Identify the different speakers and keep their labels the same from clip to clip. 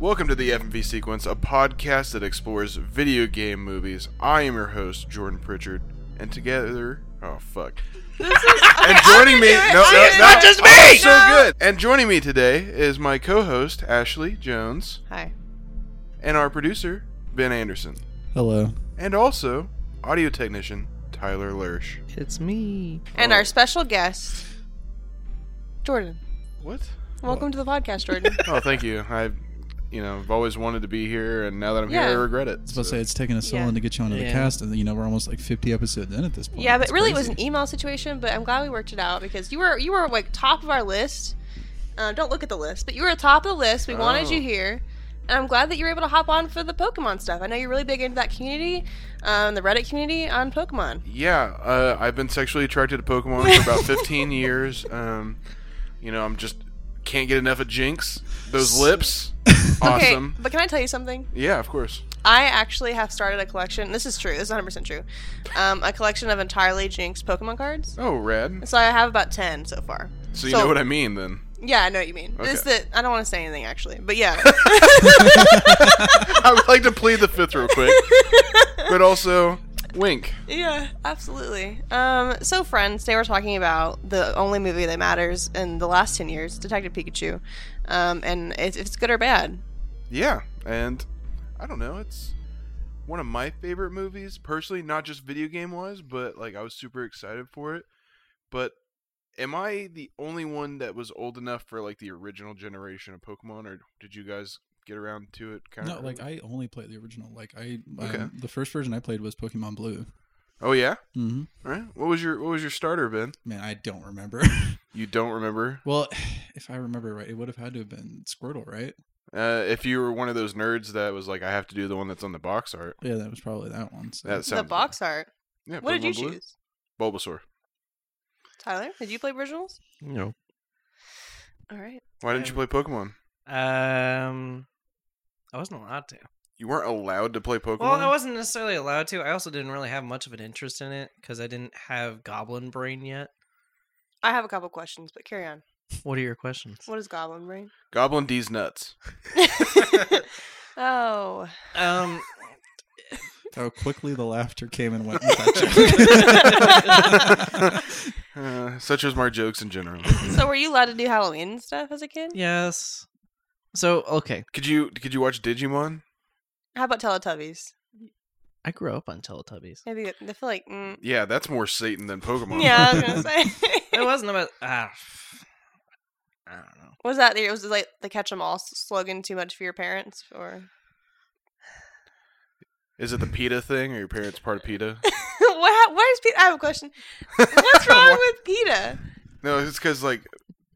Speaker 1: Welcome to the FMV Sequence, a podcast that explores video game movies. I am your host, Jordan Pritchard, and together, oh fuck,
Speaker 2: This is okay,
Speaker 1: and joining me, no, no, no,
Speaker 3: Not just me!
Speaker 1: oh, so
Speaker 2: No.
Speaker 1: good. And joining me today is my co-host Ashley Jones
Speaker 2: Hi.
Speaker 1: and our producer Ben Anderson,
Speaker 3: Hello.
Speaker 1: and also audio technician Tyler Lersch.
Speaker 3: It's me.
Speaker 2: And
Speaker 1: Oh.
Speaker 2: our special guest, Jordan.
Speaker 1: What?
Speaker 2: Welcome to the podcast, Jordan.
Speaker 1: Oh, thank you. I, you know, I've always wanted to be here, and now that I'm
Speaker 2: Yeah.
Speaker 1: here, I regret it.
Speaker 3: I was
Speaker 1: so-
Speaker 3: about to say it's taken us so
Speaker 2: Yeah.
Speaker 3: long to get you onto the
Speaker 4: Yeah.
Speaker 3: cast, and you know we're almost like 50 episodes in at this point.
Speaker 2: yeah, but
Speaker 3: It's
Speaker 2: really it was
Speaker 3: crazy.
Speaker 2: an email situation, but I'm glad we worked it out because you were you were like top of our list. Uh, don't look at the list, but you were top of the list. We wanted
Speaker 1: Oh.
Speaker 2: you here. And I'm glad that you were able to hop on for the Pokemon stuff. I know you're really big into that community, um, the Reddit community on Pokemon.
Speaker 1: Yeah, uh, I've been sexually attracted to Pokemon for about 15 years. Um, you know, I'm just can't get enough of Jinx. Those lips,
Speaker 2: e-
Speaker 3: Oh,
Speaker 1: awesome.
Speaker 2: Okay, but can I tell you something?
Speaker 1: Yeah, of course.
Speaker 2: I actually have started a collection. This is true. This is 100% true. Um, a collection of entirely jinxed Pokemon cards.
Speaker 1: Oh, rad.
Speaker 2: So I have about 10 so far.
Speaker 1: So you know what I mean then.
Speaker 2: Yeah, I know what you mean. This
Speaker 1: Okay.
Speaker 2: that I don't want to say anything actually, but yeah.
Speaker 1: I would like to plead the fifth real quick, but also wink.
Speaker 2: yeah, absolutely. Um, so friends, today we're talking about the only movie that matters in the last 10 years, Detective Pikachu. Um, and if if it's good or bad.
Speaker 1: Yeah, and I don't know. It's one of my favorite movies personally, not just video game wise, but like I was super excited for it. But am I the only one that was old enough for like the original generation of Pokemon, or did you guys get around to it? Kind
Speaker 3: No, like I only played the original. Like I, um,
Speaker 1: Okay.
Speaker 3: the first version I played was Pokemon Blue.
Speaker 1: oh yeah,
Speaker 3: Mm-hmm.
Speaker 1: all right. What was your what was your starter, Ben?
Speaker 3: Man, I don't remember.
Speaker 1: You don't remember?
Speaker 3: well, if I remember right, it would have had to have been Squirtle, right?
Speaker 1: Uh, if you were one of those nerds that was like, I have to do the one that's on the box art.
Speaker 3: Yeah, that was probably that one. So.
Speaker 1: That
Speaker 2: the
Speaker 1: sounds-
Speaker 2: box art.
Speaker 1: Yeah,
Speaker 2: what did you
Speaker 1: Pokemon Blue?
Speaker 2: choose?
Speaker 1: Bulbasaur.
Speaker 2: Tyler, did you play originals?
Speaker 4: No.
Speaker 2: All right.
Speaker 1: Why didn't you play Pokemon?
Speaker 4: Um, I wasn't allowed to.
Speaker 1: You weren't allowed to play Pokemon.
Speaker 4: Well, I wasn't necessarily allowed to. I also didn't really have much of an interest in it because I didn't have Goblin Brain yet.
Speaker 2: I have a couple questions, but carry on.
Speaker 4: What are your questions?
Speaker 2: What is Goblin Brain?
Speaker 1: Goblin D's nuts.
Speaker 2: oh.
Speaker 4: Um,
Speaker 3: How quickly the laughter came and went. with that joke.
Speaker 1: Uh, such as my jokes in general.
Speaker 2: So were you allowed to do Halloween and stuff as a kid?
Speaker 4: yes. So okay,
Speaker 1: could you could you watch Digimon?
Speaker 2: How about Teletubbies?
Speaker 4: I grew up on Teletubbies.
Speaker 2: Maybe I feel like mm,
Speaker 1: Yeah, that's more Satan than Pokemon.
Speaker 2: yeah. I was gonna say
Speaker 4: It wasn't about. Ah, I don't know.
Speaker 2: was that it was like the catch 'em all s- slogan too much for your parents or
Speaker 1: Is it the PETA thing? Are your parents part of PETA?
Speaker 2: what? hap- What is PETA? I have a question. What's wrong with PETA?
Speaker 1: no, it's because like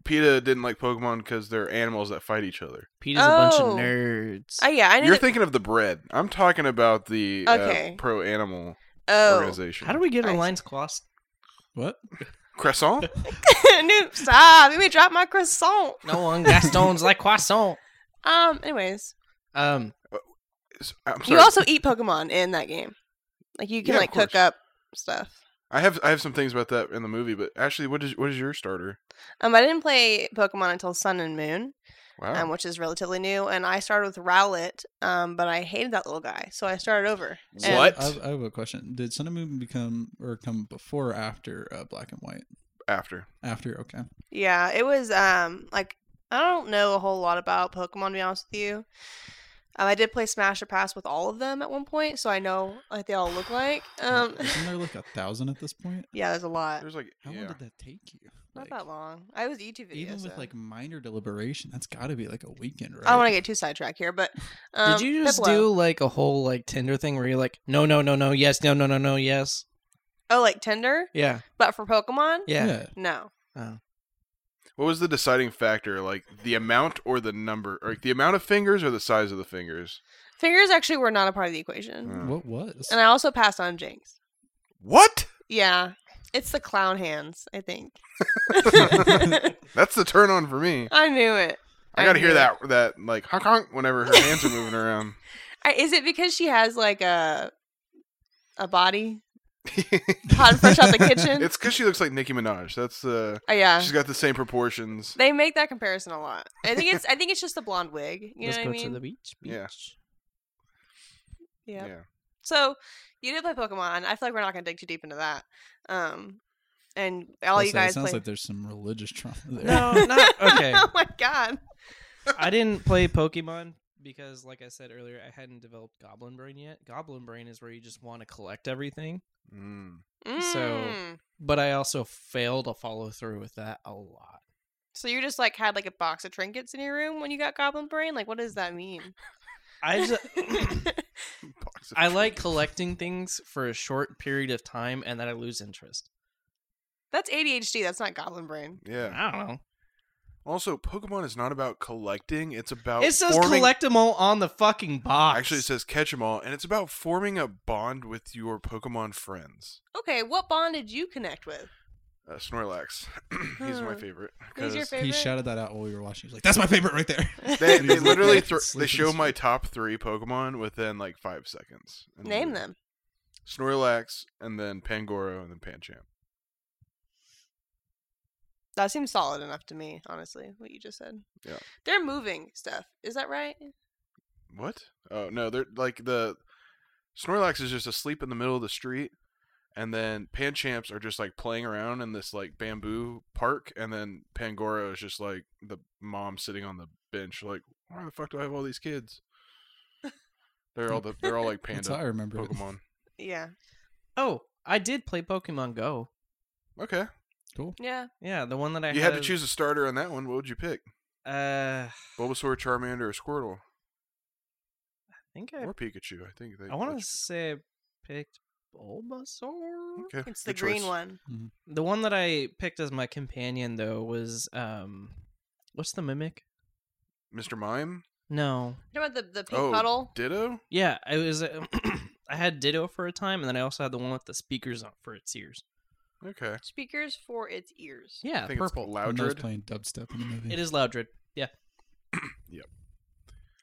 Speaker 1: PETA didn't like Pokemon because they're animals that fight each other.
Speaker 4: Peter's a bunch
Speaker 2: Oh.
Speaker 4: of nerds.
Speaker 2: Oh yeah, I know.
Speaker 1: You're
Speaker 2: that-
Speaker 1: thinking of the bread. I'm talking about the
Speaker 2: Okay.
Speaker 1: uh, pro animal
Speaker 2: oh,
Speaker 1: organization.
Speaker 4: How do we get
Speaker 2: I
Speaker 4: an
Speaker 2: see.
Speaker 4: alliance crossed?
Speaker 3: what?
Speaker 1: Crescent?
Speaker 2: no, stop! Let me drop my croissant.
Speaker 4: No one got stones like croissant.
Speaker 2: Um. Anyways,
Speaker 4: Um,
Speaker 1: S- I'm
Speaker 2: you
Speaker 1: sorry.
Speaker 2: also eat Pokemon in that game. Like you
Speaker 1: Yeah,
Speaker 2: can
Speaker 1: of
Speaker 2: like cook
Speaker 1: course.
Speaker 2: up stuff.
Speaker 1: I have I have some things about that in the movie, but actually, what is what is your starter?
Speaker 2: Um, I didn't play Pokemon until Sun and Moon.
Speaker 1: Wow.
Speaker 2: um, which is relatively new. And I started with Rowlet, um, but I hated that little guy, so I started over. And-
Speaker 1: What?
Speaker 3: I, I have a question. Did Sun and Moon become or come before or after uh, Black and White?
Speaker 1: After
Speaker 3: After, okay.
Speaker 2: Yeah, it was um like I don't know a whole lot about Pokemon to be honest with you. Um, I did play Smash or Pass with all of them at one point, so I know what they all look like. Um,
Speaker 3: Isn't there like a thousand at this point?
Speaker 2: yeah, there's a lot.
Speaker 1: there's like
Speaker 3: How
Speaker 1: yeah.
Speaker 3: long did that take you?
Speaker 2: Not
Speaker 3: Like,
Speaker 2: that long. I was YouTube videos.
Speaker 3: Even with
Speaker 2: so-
Speaker 3: like minor deliberation, that's got to be like a weekend, right?
Speaker 2: I don't want to get too sidetracked here, but um,
Speaker 4: did you just
Speaker 2: Piplup.
Speaker 4: do like a whole like Tinder thing where you're like, no, no, no, no, yes, no, no, no, no, yes?
Speaker 2: oh like Tinder,
Speaker 4: Yeah,
Speaker 2: but for Pokemon?
Speaker 4: yeah.
Speaker 2: No.
Speaker 1: What was the deciding factor? Like the amount or the number? Or, Like the amount of fingers or the size of the fingers?
Speaker 2: Fingers actually were not a part of the equation,
Speaker 4: Mm.
Speaker 1: Uh,
Speaker 3: What was?
Speaker 2: and I also passed on Jinx.
Speaker 1: What?
Speaker 2: Yeah. It's the clown hands, I think.
Speaker 1: That's the turn on for me.
Speaker 2: I knew it.
Speaker 1: I gotta
Speaker 2: knew
Speaker 1: hear
Speaker 2: it.
Speaker 1: that that like honk honk whenever her hands are moving around.
Speaker 2: I- Is it because she has like a a body? hot and fresh out the kitchen.
Speaker 1: It's because she looks like Nicki Minaj. That's uh,
Speaker 2: Oh, yeah,
Speaker 1: she's got the same proportions.
Speaker 2: they make that comparison a lot. I think it's I think it's just the blonde wig. You
Speaker 4: Let's
Speaker 2: know
Speaker 4: go
Speaker 2: what I mean?
Speaker 4: to the beach. beach.
Speaker 1: Yeah.
Speaker 2: Yeah.
Speaker 1: Yeah.
Speaker 2: So you did play Pokemon. I feel like we're not gonna dig too deep into that. Um, and all
Speaker 3: Plus,
Speaker 2: you
Speaker 3: uh,
Speaker 2: guys
Speaker 3: It sounds
Speaker 2: play.
Speaker 3: like there's some religious trauma there.
Speaker 4: No, not okay.
Speaker 2: oh my god.
Speaker 4: I didn't play Pokemon because, like I said earlier, I hadn't developed Goblin Brain yet. Goblin Brain is where you just want to collect everything,
Speaker 1: Mm.
Speaker 4: So-
Speaker 2: Mm.
Speaker 4: but I also fail to follow through with that a lot.
Speaker 2: So you just like had like a box of trinkets in your room when you got Goblin Brain? Like, what does that mean?
Speaker 4: I just,
Speaker 1: Box of
Speaker 4: I like
Speaker 1: treats.
Speaker 4: collecting things for a short period of time, and then I lose interest.
Speaker 2: That's ADHD. That's not Goblin Brain.
Speaker 1: Yeah.
Speaker 4: I don't know.
Speaker 1: Also, Pokemon is not about collecting. It's about
Speaker 4: It says
Speaker 1: Oh, forming-
Speaker 4: collect 'em all on the fucking box.
Speaker 1: Actually, it says catch 'em all, and it's about forming a bond with your Pokemon friends.
Speaker 2: Okay, what bond did you connect with?
Speaker 1: Uh, Snorlax, he's my
Speaker 2: Huh.
Speaker 1: favorite.
Speaker 2: Who's your
Speaker 1: 'cause
Speaker 2: favorite?
Speaker 3: He shouted that out while we were watching. He's like, "That's my favorite right there."
Speaker 1: They,
Speaker 3: And
Speaker 1: they
Speaker 3: he's like,
Speaker 1: literally
Speaker 3: "Yeah,
Speaker 1: thro-
Speaker 3: sleep
Speaker 1: they
Speaker 3: in
Speaker 1: show
Speaker 3: this
Speaker 1: my
Speaker 3: one."
Speaker 1: top three Pokemon within like five seconds. And
Speaker 2: Name
Speaker 1: we-
Speaker 2: them.
Speaker 1: Snorlax, and then Pangoro, and then Pancham.
Speaker 2: That seems solid enough to me, honestly. What you just said.
Speaker 1: Yeah.
Speaker 2: They're moving stuff. Is that right?
Speaker 1: What? Oh no, they're like the Snorlax is just asleep in the middle of the street, and then Panchamps are just like playing around in this like bamboo park, and then Pangoro is just like the mom sitting on the bench, like, why the fuck do I have all these kids? They're all the they're all like
Speaker 3: That's how I
Speaker 1: panda
Speaker 3: remember it.
Speaker 1: Pokemon.
Speaker 2: Yeah.
Speaker 4: Oh, I did play Pokemon Go.
Speaker 1: Okay,
Speaker 2: Yeah.
Speaker 4: Yeah, the one that I
Speaker 1: you
Speaker 4: had
Speaker 1: had to choose a starter on that one. What would you pick?
Speaker 4: Uh, I
Speaker 1: Bulbasaur, Charmander, or Squirtle,
Speaker 4: think I.
Speaker 1: or Pikachu? I think they.
Speaker 4: I want
Speaker 1: let
Speaker 4: to say I picked Bulbasaur.
Speaker 1: you- Okay,
Speaker 2: It's the
Speaker 1: good
Speaker 2: green
Speaker 1: choice.
Speaker 2: one.
Speaker 4: The one that I picked as my companion though was um, what's the mimic?
Speaker 1: Mr. Mime,
Speaker 4: No,
Speaker 2: You know about the, the pink
Speaker 1: Oh.
Speaker 2: puddle?
Speaker 1: Ditto.
Speaker 4: yeah, I was. uh, I had Ditto for a time, and then I also had the one with the speakers on for its ears.
Speaker 1: Okay,
Speaker 2: Speakers for its ears.
Speaker 4: Yeah,
Speaker 1: I think
Speaker 4: purple.
Speaker 1: it's
Speaker 3: When I was
Speaker 1: Loudred.
Speaker 3: playing dubstep in the movie.
Speaker 4: It is Loudred. Yeah.
Speaker 1: Yep.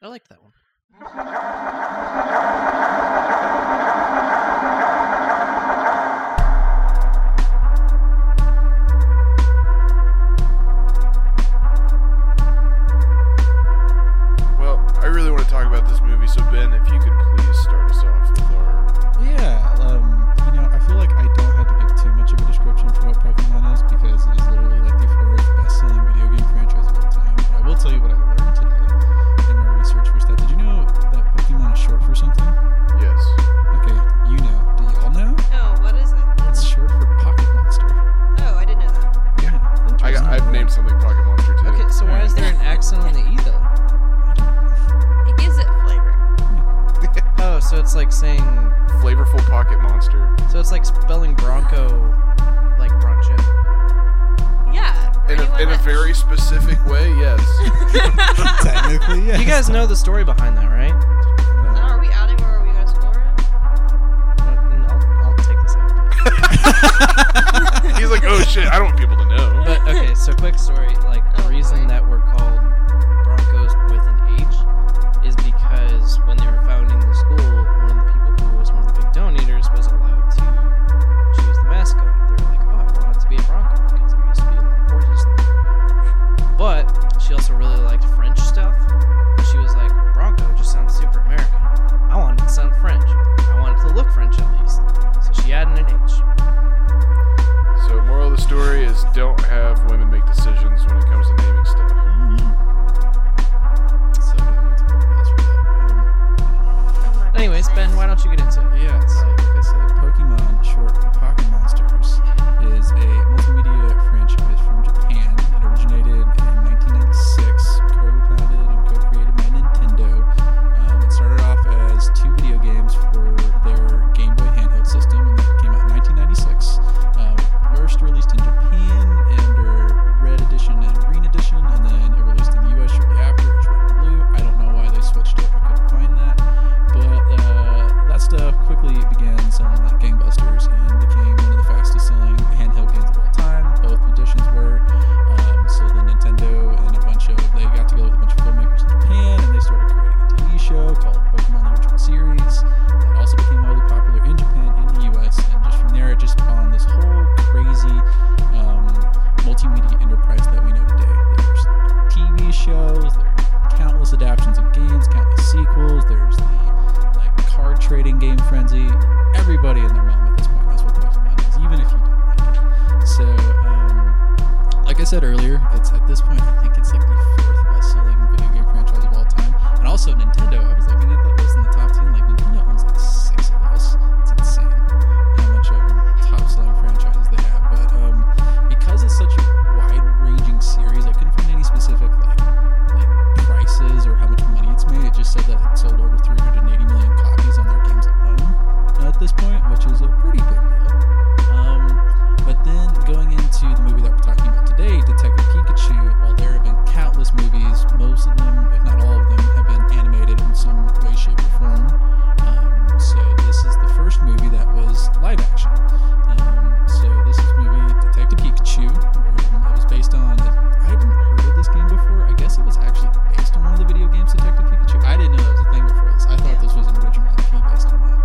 Speaker 4: I liked that one.
Speaker 1: Well, I really want to talk about this movie, so Ben, if you could please start us off with our.
Speaker 3: Yeah, um, you know, I feel like I don't have to give too much of a description for what Pokemon is because it is literally like the fourth best-selling video game franchise of all time. But I will tell you what I learned today in my research for stuff. Did you know that Pokemon is short for something?
Speaker 1: Yes.
Speaker 3: Okay, you know. Do y'all know?
Speaker 2: No, Oh, what is it?
Speaker 3: It's short for Pocket Monster.
Speaker 2: Oh, I didn't know that.
Speaker 3: Yeah.
Speaker 1: I got, I've named something Pocket Monster too.
Speaker 4: Okay, so why is there an accent on the e though?
Speaker 2: It gives it flavor.
Speaker 4: Oh, so it's like saying,
Speaker 1: Flavorful Pocket Monster.
Speaker 4: so it's like spelling Bronco, like Broncho.
Speaker 2: Yeah. for
Speaker 1: In a,
Speaker 2: anyone
Speaker 1: in a
Speaker 2: that-
Speaker 1: very specific way, yes.
Speaker 3: Technically, yeah.
Speaker 4: You guys know the story behind that, right?
Speaker 2: Are we outing where are we going to score?
Speaker 4: I'll, I'll take this out.
Speaker 1: He's like, oh shit, I don't want people to know.
Speaker 4: But okay, so quick story. Like the
Speaker 2: Oh,
Speaker 4: reason
Speaker 2: boy.
Speaker 4: that we're called Broncos with an H is because when they were founding the school, one of the people who was one of the big donators was allowed to choose the mascot. They were like, "Oh, I want it to be a Bronco because there used to be a lot of horses in the area." But she also really liked French stuff. But she was like, "Bronco just sounds super American. I want it to sound French. I want it to look French at least." So she added an H.
Speaker 1: So, moral of the story is don't have women make decisions when it comes to naming stuff.
Speaker 3: Uh, So, uh, it's really- um,
Speaker 4: Anyways, Ben, why don't you get into it?
Speaker 3: Yeah, so like I said, Pokemon, short for Pocket Monsters, is a multimedia franchise from Japan. It originated in 1996, co-founded and co-created by Nintendo. Um, it started off as two video games for their Game Boy handheld system, and that came out in 1996. Um, first released in Japan under Red Edition and Green Edition, and then it released in the US shortly after as Red and Blue. I don't know why they switched it. I couldn't find that. But uh, that stuff quickly um, um, sequels. There's the like card trading game frenzy. Everybody and their mom at this point knows what Pokemon is, even if you don't like it. So, um, like I said earlier, it's at this point I think it's like the fourth best-selling video game franchise of all time. And also Nintendo. I was looking at that list in the top ten. Like Nintendo owns like six of those. It's insane how much um, top-selling franchises they have. But um, because it's such a wide-ranging series, I couldn't find any specific like like prices or how much money it's made. It just said that it sold over 380 million copies on their games alone at this point, which is a pretty big deal. Um, but then going into the movie that we're talking about today, Detective Pikachu, while there have been countless movies, most of them, if not all of them, have been animated in some way, shape, or form. Um, so this is the first movie that was live action. Um, so this is movie Detective Pikachu. where It was based on. I hadn't heard of this game before. I guess it was actually based on one of the video games, Detective Pikachu. I didn't know that was a thing before this. I thought this was an original IP based on that.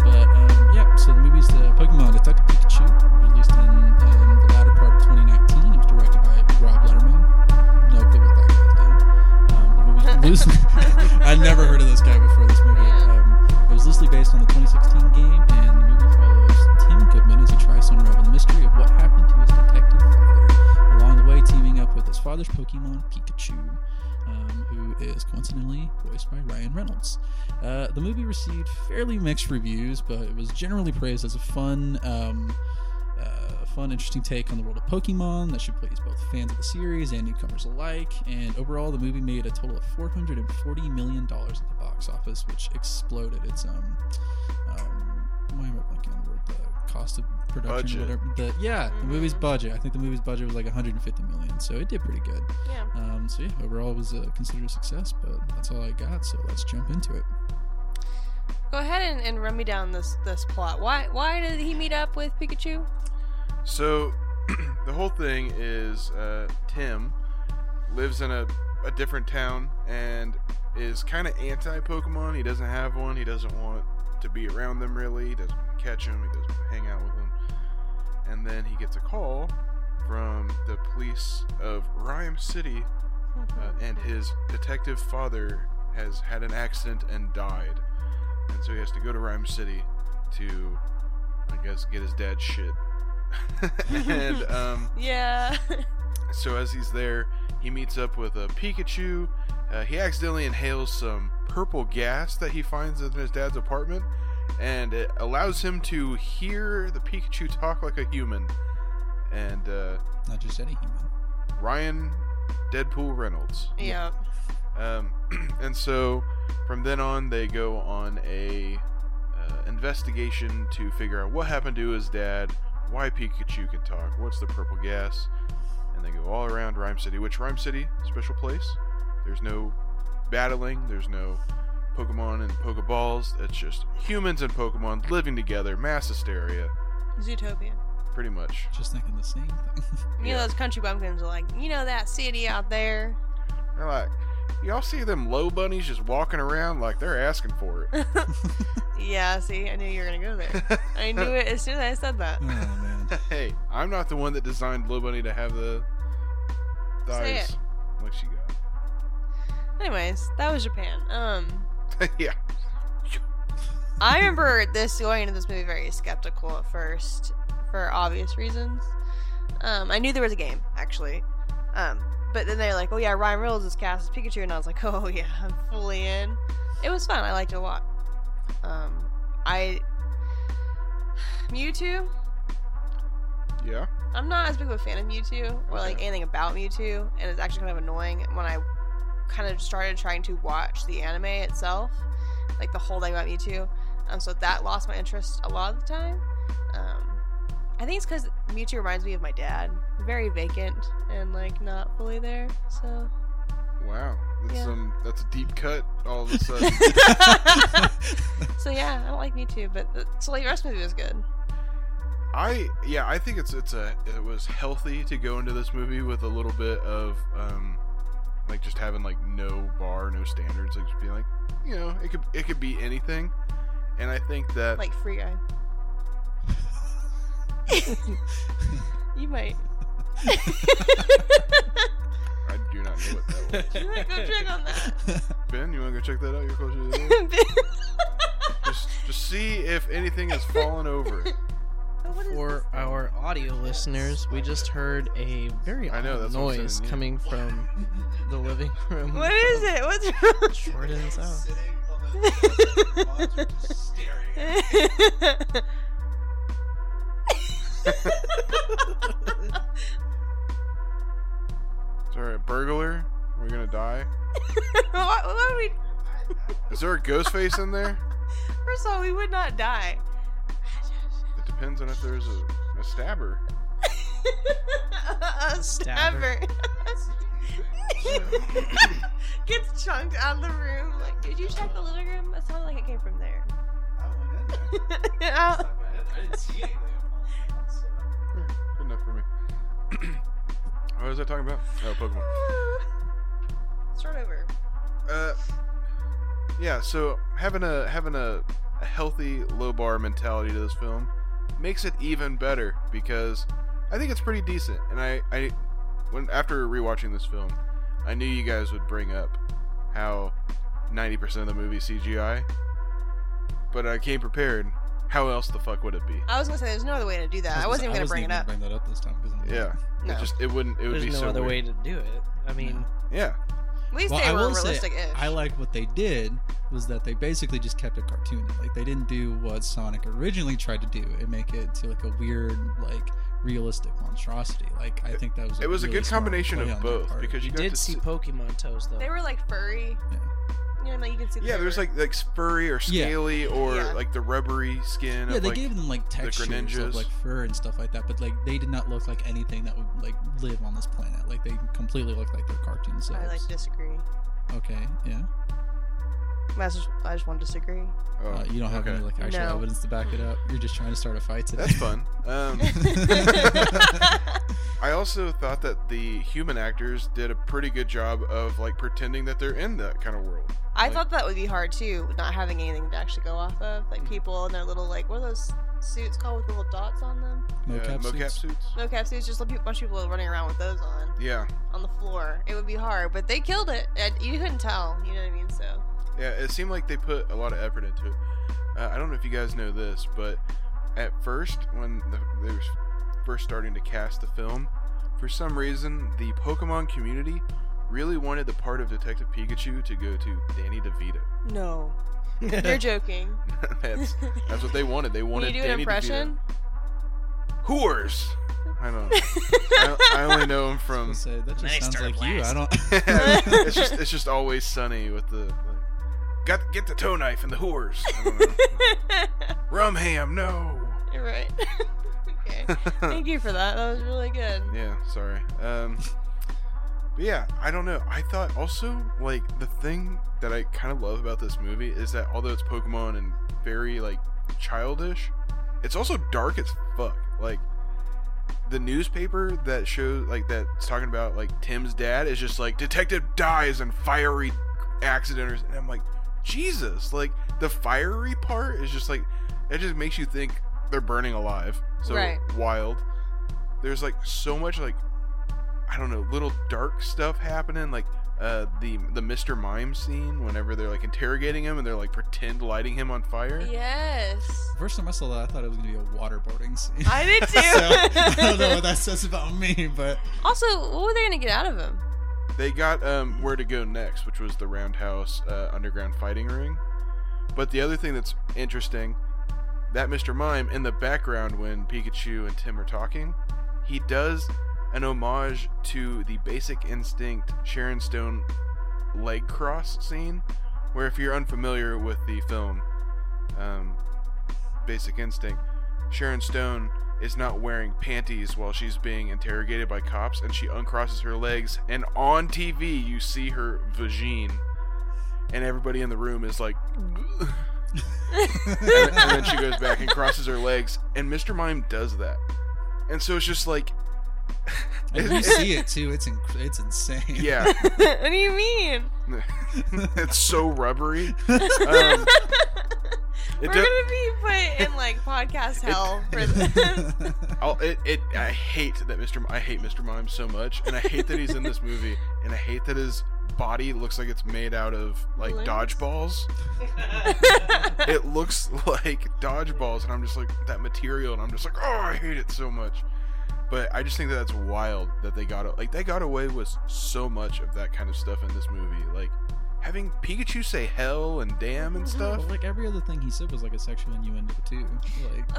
Speaker 3: But um, yeah, so the movie's the Pokemon Detective Pikachu, released in um, the latter part of 2019. It was directed by Rob Letterman. No clue what that guy's done. Um, the movie's loosely, I never heard of this guy before this movie. Um, it was loosely based on the 2016 game, and the movie follows Tim Goodman as he tries to unravel the mystery of what happened to his detective father. Along the way, teaming up with his father's Pokemon Pikachu, um, who is coincidentally voiced by Ryan Reynolds. Uh, the movie received fairly mixed reviews, but it was generally praised as a fun, um, uh, fun, interesting take on the world of Pokemon that should please both fans of the series and newcomers alike. And overall, the movie made a total of 440 million dollars at the box office, which exploded its um, um why am I blanking on the word? The cost of production, or
Speaker 1: Budget.
Speaker 3: whatever. The, yeah, the movie's
Speaker 2: Mhm.
Speaker 3: budget. I think the movie's budget was like 150 million, so it did pretty good.
Speaker 2: Yeah.
Speaker 3: Um, so yeah, overall it was uh, considered a success, but that's all I got. So let's jump into it.
Speaker 2: Go ahead and, and run me down this this plot. Why why did he meet up with Pikachu?
Speaker 1: So the whole thing is uh, Tim lives in a, a different town and is kind of anti Pokemon. He doesn't have one. He doesn't want to be around them really. He doesn't want to catch them. He doesn't want to hang out with them. And then he gets a call from the police of Rhyme City, uh, and his detective father has had an accident and died. And so he has to go to Rhyme City to, I guess, get his dad's shit. and um,
Speaker 2: Yeah.
Speaker 1: so as he's there, he meets up with a Pikachu. Uh, he accidentally inhales some purple gas that he finds in his dad's apartment, and it allows him to hear the Pikachu talk like a human. And uh,
Speaker 3: Not just any human.
Speaker 1: Ryan Deadpool Reynolds.
Speaker 2: yeah.
Speaker 1: Um, and so from then on, they go on a uh, investigation to figure out what happened to his dad, why Pikachu can talk, what's the purple gas, and they go all around Rhyme City. Which Rhyme City, special place. There's no battling. There's no Pokemon and Pokeballs. It's just humans and Pokemon living together, mass hysteria,
Speaker 2: Zootopia.
Speaker 1: pretty much.
Speaker 3: Just thinking the same thing.
Speaker 2: You know
Speaker 1: Yeah.
Speaker 2: those country bumpkins are like, you know that city out there.
Speaker 1: They're like, y'all see them low bunnies just walking around like they're asking for it.
Speaker 2: Yeah, see, I knew you were gonna go there. I knew it as soon as I said that.
Speaker 3: oh man.
Speaker 1: hey, I'm not the one that designed Blue Bunny to have the
Speaker 2: Say
Speaker 1: thighs like she
Speaker 2: Anyways, that was Japan. Um
Speaker 1: got. yeah.
Speaker 2: I remember this going into this movie very skeptical at first for obvious reasons. Um, I knew there was a game actually, um, but then they're like, "Oh yeah, Ryan Reynolds is cast as Pikachu," and I was like, "Oh yeah, I'm fully in." It was fun. I liked it a lot. Um, I Mewtwo.
Speaker 1: Yeah.
Speaker 2: I'm not as big of a fan of Mewtwo or like
Speaker 1: Okay.
Speaker 2: anything about Mewtwo, and it's actually kind of annoying when I kind of started trying to watch the anime itself, like the whole thing about Mewtwo. Um, so that lost my interest a lot of the time. Um, I think it's because Mewtwo reminds me of my dad, very vacant and like not fully there. So
Speaker 1: Wow. That's
Speaker 2: Yeah.
Speaker 1: some that's a deep cut all of a sudden.
Speaker 2: so yeah, I don't like Mewtwo, but the, so like the rest of the movie was good.
Speaker 1: I yeah, I think it's it's a it was healthy to go into this movie with a little bit of um like just having like no bar, no standards, like just being like, you know, it could it could be anything. And I think that
Speaker 2: Like Free Guy, you might.
Speaker 1: I do not know what that was.
Speaker 2: You wanna go check on
Speaker 1: Ben, you want to go check that out? You're closer to the area.
Speaker 2: that.
Speaker 1: just, just see if anything has fallen over.
Speaker 2: Oh, what is
Speaker 4: For
Speaker 2: this?
Speaker 4: our audio listeners, we just heard a very
Speaker 1: I
Speaker 4: odd
Speaker 1: know, that's what I'm
Speaker 4: noise
Speaker 1: saying, yeah.
Speaker 4: coming from the living room.
Speaker 2: What is it? What's wrong?
Speaker 4: Jordan's house.
Speaker 5: Sitting on the monitor, just staring at it.
Speaker 1: Is there a burglar? We're gonna die.
Speaker 2: Why- why would we?
Speaker 1: Is there a ghost face in there?
Speaker 2: First of all, we would not die.
Speaker 1: It depends on if there's a, a stabber.
Speaker 2: a stabber
Speaker 4: Stabber.
Speaker 2: gets chunked out of the room. Like, did you check the living room? It sounded like it came from there.
Speaker 5: I went in there.
Speaker 2: Ow.
Speaker 5: stuck my head- I didn't see anything. on the outside.
Speaker 1: Eh, Good enough for me. what was I talking about? Oh, Pokemon.
Speaker 2: Start over.
Speaker 1: Uh, yeah. So having a having a, a healthy low bar mentality to this film makes it even better because I think it's pretty decent. And I I when after rewatching this film, I knew you guys would bring up how 90% of the movie CGI, but I came prepared. How else the fuck would it be?
Speaker 2: I was gonna say there's no other way to do that. I wasn't even gonna bring it up.
Speaker 3: Bring that up this time 'cause I'm like-
Speaker 1: Yeah.
Speaker 2: No.
Speaker 1: It just it wouldn't it would
Speaker 4: There's
Speaker 1: be
Speaker 4: no
Speaker 1: so
Speaker 4: other
Speaker 1: weird.
Speaker 4: way to do it. I mean,
Speaker 1: Yeah.
Speaker 2: At least
Speaker 3: Well,
Speaker 2: they
Speaker 3: I
Speaker 2: were
Speaker 3: will say,
Speaker 2: realistic-ish.
Speaker 3: I like what they did was that they basically just kept it cartoony. Like they didn't do what Sonic originally tried to do and make it to like a weird, like realistic monstrosity. Like I think that was
Speaker 1: It was a
Speaker 3: really
Speaker 1: good
Speaker 3: smart
Speaker 1: combination
Speaker 3: play
Speaker 1: of
Speaker 3: on their
Speaker 1: both
Speaker 3: part.
Speaker 1: because
Speaker 4: you
Speaker 1: you got
Speaker 4: did
Speaker 1: to
Speaker 4: see
Speaker 1: see
Speaker 4: Pokemon toes though.
Speaker 2: They were like furry.
Speaker 3: Yeah.
Speaker 2: You know, like you can see. that
Speaker 1: Yeah,
Speaker 2: they
Speaker 1: there's
Speaker 2: were-
Speaker 1: like like furry or
Speaker 3: Yeah.
Speaker 1: scaly or
Speaker 2: Yeah.
Speaker 1: like the rubbery skin.
Speaker 3: yeah,
Speaker 1: of,
Speaker 3: they
Speaker 1: like,
Speaker 3: gave them like textures
Speaker 1: Greninjas.
Speaker 3: of like fur and stuff like that, but like they did not look like anything that would like live on this planet. Like they completely looked like their cartoon selves.
Speaker 2: I like disagree.
Speaker 3: Okay, yeah.
Speaker 2: I just, I just want to disagree.
Speaker 1: Oh,
Speaker 3: Uh, you don't have
Speaker 1: okay.
Speaker 3: any like actual
Speaker 2: No.
Speaker 3: evidence to back it up. You're just trying to start a fight today.
Speaker 1: That's fun. Um, I also thought that the human actors did a pretty good job of like pretending that they're in that kind of world.
Speaker 2: I
Speaker 1: Like-
Speaker 2: thought that would be hard too, with not having anything to actually go off of. Like
Speaker 3: Mm.
Speaker 4: Mhm.
Speaker 2: people in their little like what are those suits called with little dots on them?
Speaker 3: Mocap
Speaker 1: uh,
Speaker 3: suits.
Speaker 1: mocap suits.
Speaker 2: Mocap suits. Just a pe- bunch of people running around with those on
Speaker 1: Yeah,
Speaker 2: on the floor. It would be hard, but they killed it. And you couldn't tell. You know what I mean? So
Speaker 1: yeah. It seemed like they put a lot of effort into it. Uh, I don't know if you guys know this, but at first, when the, they were first starting to cast the film, for some reason, the Pokemon community really wanted the part of Detective Pikachu to go to Danny DeVito.
Speaker 2: no, you're joking.
Speaker 1: that's
Speaker 2: Can
Speaker 1: that's what they wanted. They wanted
Speaker 2: you do an
Speaker 1: Danny
Speaker 2: impression?
Speaker 1: DeVito. Whores. I don't. I, I only know him
Speaker 3: I
Speaker 1: from.
Speaker 3: was gonna say, that just
Speaker 4: Nice
Speaker 3: sounds
Speaker 4: turn
Speaker 3: like you. I
Speaker 4: blast.
Speaker 3: don't.
Speaker 1: it's just it's just always sunny with the like, got get the toe knife and the whores. I don't know. Rum ham, no.
Speaker 2: You're right. okay. Thank you for that. That was really good.
Speaker 1: yeah, sorry. Um, but yeah, I don't know. I thought also like the thing that I kind of love about this movie is that although it's Pokemon and very like childish, it's also dark as fuck. Like the newspaper that shows like that's talking about like Tim's dad is just like detective dies in fiery accident, or, and I'm like Jesus. Like the fiery part is just like it just makes you think they're burning alive. So
Speaker 2: Right.
Speaker 1: wild. There's like so much like I don't know little dark stuff happening like. Uh, the the Mr. Mime scene whenever they're like interrogating him and they're like pretend lighting him on fire.
Speaker 2: Yes.
Speaker 3: First time I saw that, I thought it was gonna be a waterboarding scene.
Speaker 2: I did
Speaker 3: so, I don't know
Speaker 2: too.
Speaker 3: what that says about me, but
Speaker 2: also, what were they gonna get out of him?
Speaker 1: They got um, where to go next, which was the Roundhouse uh, Underground Fighting Ring. But the other thing that's interesting, that Mr. Mime in the background when Pikachu and Tim are talking, he does an homage to the Basic Instinct Sharon Stone leg cross scene, where if you're unfamiliar with the film, um, Basic Instinct, Sharon Stone is not wearing panties while she's being interrogated by cops and she uncrosses her legs and on TV you see her vagine and everybody in the room is like and, and then she goes back and crosses her legs and Mr. Mime does that. And so it's just like
Speaker 3: and if you see it too, it's inc- it's insane.
Speaker 1: yeah,
Speaker 2: what do you mean?
Speaker 1: it's so rubbery. Um,
Speaker 2: We're
Speaker 1: It do-
Speaker 2: gonna be put in like podcast hell for this.
Speaker 1: I'll, it, it, I hate that Mr. M- I hate Mr. Mime so much, and I hate that he's in this movie, and I hate that his body looks like it's made out of like
Speaker 2: Balloons?
Speaker 1: dodgeballs. It looks like dodgeballs, and I'm just like that material, and I'm just like, oh, I hate it so much. But I just think that that's wild that they got like they got away with so much of that kind of stuff in this movie, like having Pikachu say hell and damn
Speaker 2: Mm-hmm.
Speaker 1: and stuff.
Speaker 3: But like every other thing he said was like a sexual innuendo too. Like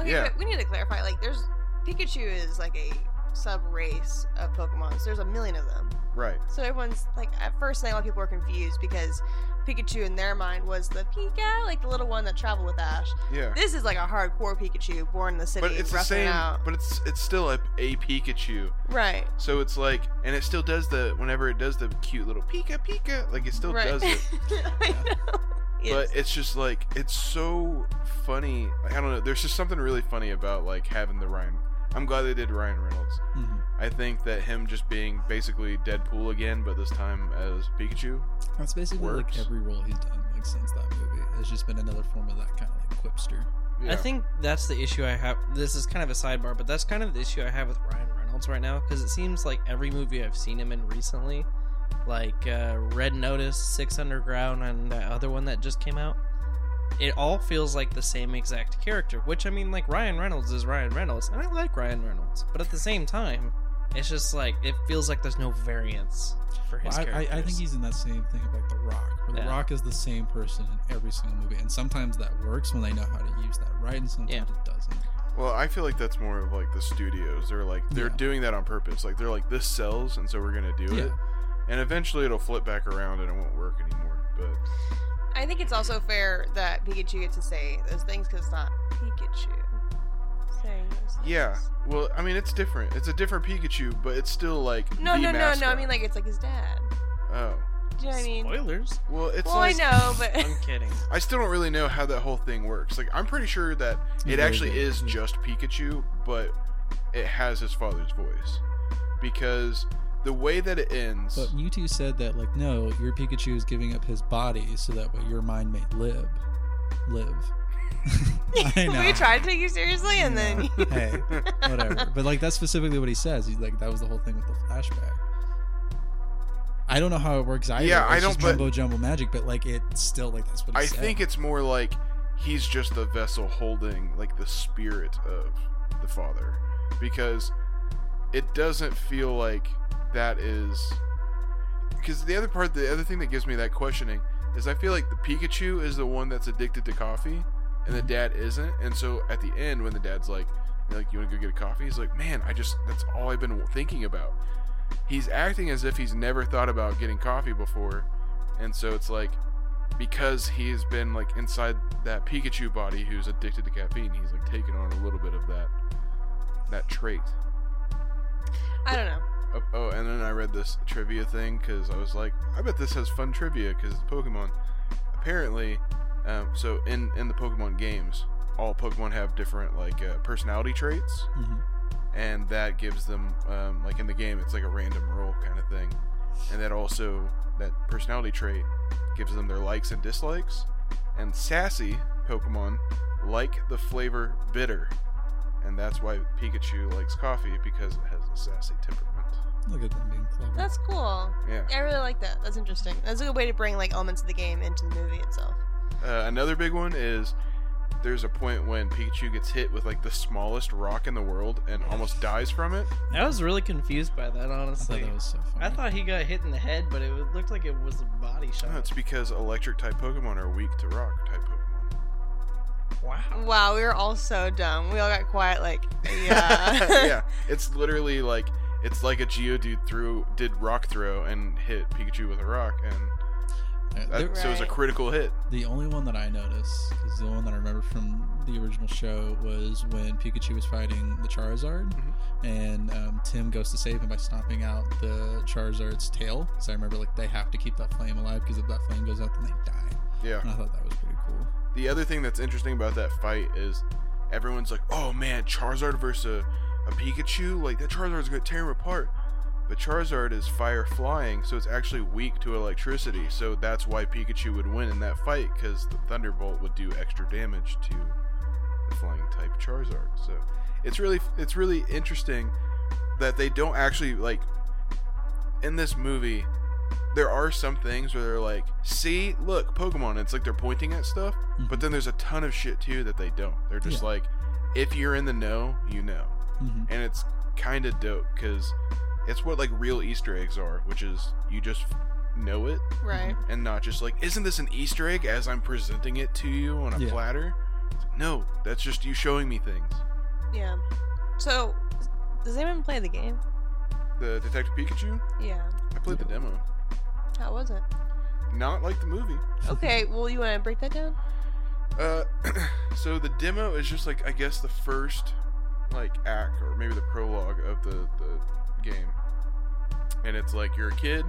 Speaker 2: okay,
Speaker 1: Yeah.
Speaker 2: but we need to clarify. Like, there's Pikachu is like a sub race of Pokemon. So there's a million of them.
Speaker 1: Right.
Speaker 2: So everyone's like, at first, I think a lot of people were confused because Pikachu in their mind was the Pika, like the little one that traveled with Ash.
Speaker 1: Yeah.
Speaker 2: This is like a hardcore Pikachu born in the city,
Speaker 1: But it's the
Speaker 2: roughing it
Speaker 1: same.
Speaker 2: out.
Speaker 1: But it's it's still a, a Pikachu.
Speaker 2: Right.
Speaker 1: So it's like, and it still does the whenever it does the cute little pika pika, like it still
Speaker 2: right.
Speaker 1: does it.
Speaker 2: I know. Yes.
Speaker 1: But it's just like it's so funny. Like, I don't know. There's just something really funny about like having the Ryan. I'm glad they did Ryan Reynolds.
Speaker 3: mhm.
Speaker 1: I think that him just being basically Deadpool again, but this time as Pikachu.
Speaker 3: that's basically
Speaker 1: Works.
Speaker 3: like every role he's done like since that movie. It's just been another form of that kind of like quipster.
Speaker 1: Yeah.
Speaker 4: I think that's the issue I have. This is kind of a sidebar, but that's kind of the issue I have with Ryan Reynolds right now because it seems like every movie I've seen him in recently, like uh, Red Notice, Six Underground, and that other one that just came out, it all feels like the same exact character. Which I mean, like Ryan Reynolds is Ryan Reynolds, and I like Ryan Reynolds, but at the same time, it's just like it feels like there's no variance for his
Speaker 3: Well, I, I,
Speaker 4: character.
Speaker 3: I think he's in that same thing about The Rock, where The
Speaker 4: Yeah.
Speaker 3: Rock is the same person in every single movie, and sometimes that works when they know how to use that right, and sometimes
Speaker 4: Yeah.
Speaker 3: it doesn't.
Speaker 1: Well, I feel like that's more of like the studios. They're like they're
Speaker 3: Yeah.
Speaker 1: doing that on purpose. Like they're like this sells, and so we're gonna do
Speaker 3: Yeah.
Speaker 1: it. And eventually it'll flip back around, and it won't work anymore. But
Speaker 2: I think it's also fair that Pikachu gets to say those things because it's not Pikachu saying those things.
Speaker 1: Yeah. Well, I mean, it's different. It's a different Pikachu, but it's still like.
Speaker 2: No,
Speaker 1: the
Speaker 2: no, no, no. I
Speaker 1: mascot.
Speaker 2: mean, like, it's like his dad.
Speaker 1: Oh.
Speaker 2: Do you know what I mean?
Speaker 4: spoilers.
Speaker 1: Well, it's.
Speaker 2: Well, I
Speaker 1: like-
Speaker 2: know, but
Speaker 4: I'm kidding.
Speaker 1: I still don't really know how that whole thing works. Like, I'm pretty sure that it
Speaker 3: Very
Speaker 1: actually
Speaker 3: good.
Speaker 1: is
Speaker 3: Yeah.
Speaker 1: just Pikachu, but it has his father's voice because the way that it ends.
Speaker 3: But Mewtwo said that like, no, your Pikachu is giving up his body so that way your mind may live, live. I know.
Speaker 2: we tried to take you seriously, and then
Speaker 3: Yeah. hey, whatever. But like that's specifically what he says. He's like that was the whole thing with the flashback. I don't know how it works either.
Speaker 1: Yeah,
Speaker 3: it's
Speaker 1: I don't,
Speaker 3: Just
Speaker 1: but-
Speaker 3: jumbo jumble magic, but like it's still like that's what he
Speaker 1: I
Speaker 3: said.
Speaker 1: think it's more like he's just the vessel holding like the spirit of the father because it doesn't feel like that is because the other part the other thing that gives me that questioning is I feel like the Pikachu is the one that's addicted to coffee and the dad isn't and so at the end when the dad's like you're like you want to go get a coffee he's like man I just that's all I've been thinking about he's acting as if he's never thought about getting coffee before and so it's like because he's been like inside that Pikachu body who's addicted to caffeine, he's like taken on a little bit of that that trait.
Speaker 2: I don't know.
Speaker 1: Oh, oh and then I read this trivia thing because I was like, I bet this has fun trivia because it's Pokemon. Apparently, um, so in in the Pokemon games, all Pokemon have different like uh, personality traits,
Speaker 3: Mhm.
Speaker 1: and that gives them um, like in the game, it's like a random roll kind of thing, and that also that personality trait gives them their likes and dislikes. And sassy Pokemon like the flavor bitter, and that's why Pikachu likes coffee because it has a sassy temperament.
Speaker 3: Look at them being clever.
Speaker 2: That's cool.
Speaker 1: Yeah.
Speaker 2: I really like that. That's interesting. That's a good way to bring like elements of the game into the movie itself.
Speaker 1: Uh, another big one is there's a point when Pikachu gets hit with like the smallest rock in the world and almost dies from it.
Speaker 4: I was really confused by that,
Speaker 3: I thought
Speaker 4: honestly.
Speaker 3: that was so funny.
Speaker 4: I thought he got hit in the head, but it was- looked like it was a body
Speaker 1: No,
Speaker 4: shot.
Speaker 1: it's because electric type Pokemon are weak to rock type Pokemon.
Speaker 4: Wow.
Speaker 2: Wow, we were all so dumb. We all got quiet. Like, yeah,
Speaker 1: yeah. It's literally like it's like a Geodude threw did rock throw and hit Pikachu with a rock and
Speaker 3: Uh,
Speaker 1: that,
Speaker 3: there-
Speaker 1: so it was a
Speaker 2: Right.
Speaker 1: critical hit.
Speaker 3: The only one that I noticed, because the only one that I remember from the original show, was when Pikachu was fighting the Charizard,
Speaker 1: Mhm.
Speaker 3: and um, Tim goes to save him by stomping out the Charizard's tail. Because I remember like they have to keep that flame alive, because if that flame goes out, then they die.
Speaker 1: Yeah.
Speaker 3: And I thought that was pretty cool.
Speaker 1: The other thing that's interesting about that fight is everyone's like, "Oh man, Charizard versus a, a Pikachu! Like that Charizard's gonna tear him apart." But Charizard is fire flying, so it's actually weak to electricity. So that's why Pikachu would win in that fight because the Thunderbolt would do extra damage to the flying type Charizard. So it's really it's really interesting that they don't actually like in this movie. There are some things where they're like, "See, look, Pokemon." It's like they're pointing at stuff, but then there's a ton of shit too that they don't. They're just
Speaker 3: Yeah.
Speaker 1: like, "If you're in the know, you know."
Speaker 3: hmm
Speaker 1: and it's kind of dope because it's what like real Easter eggs are, which is you just know it
Speaker 2: Right.
Speaker 1: and not just like, isn't this an Easter egg as I'm presenting it to you on a
Speaker 3: Yeah.
Speaker 1: platter? It's like, No, that's just you showing me things.
Speaker 2: Yeah. So, does anyone play the game?
Speaker 1: The Detective Pikachu,
Speaker 2: Yeah.
Speaker 1: I played the demo,
Speaker 2: How was it?
Speaker 1: not like the movie.
Speaker 2: Okay. Well, you want to break that down?
Speaker 1: Uh, so the demo is just like I guess the first like act or maybe the prologue of the the game, and it's like you're a kid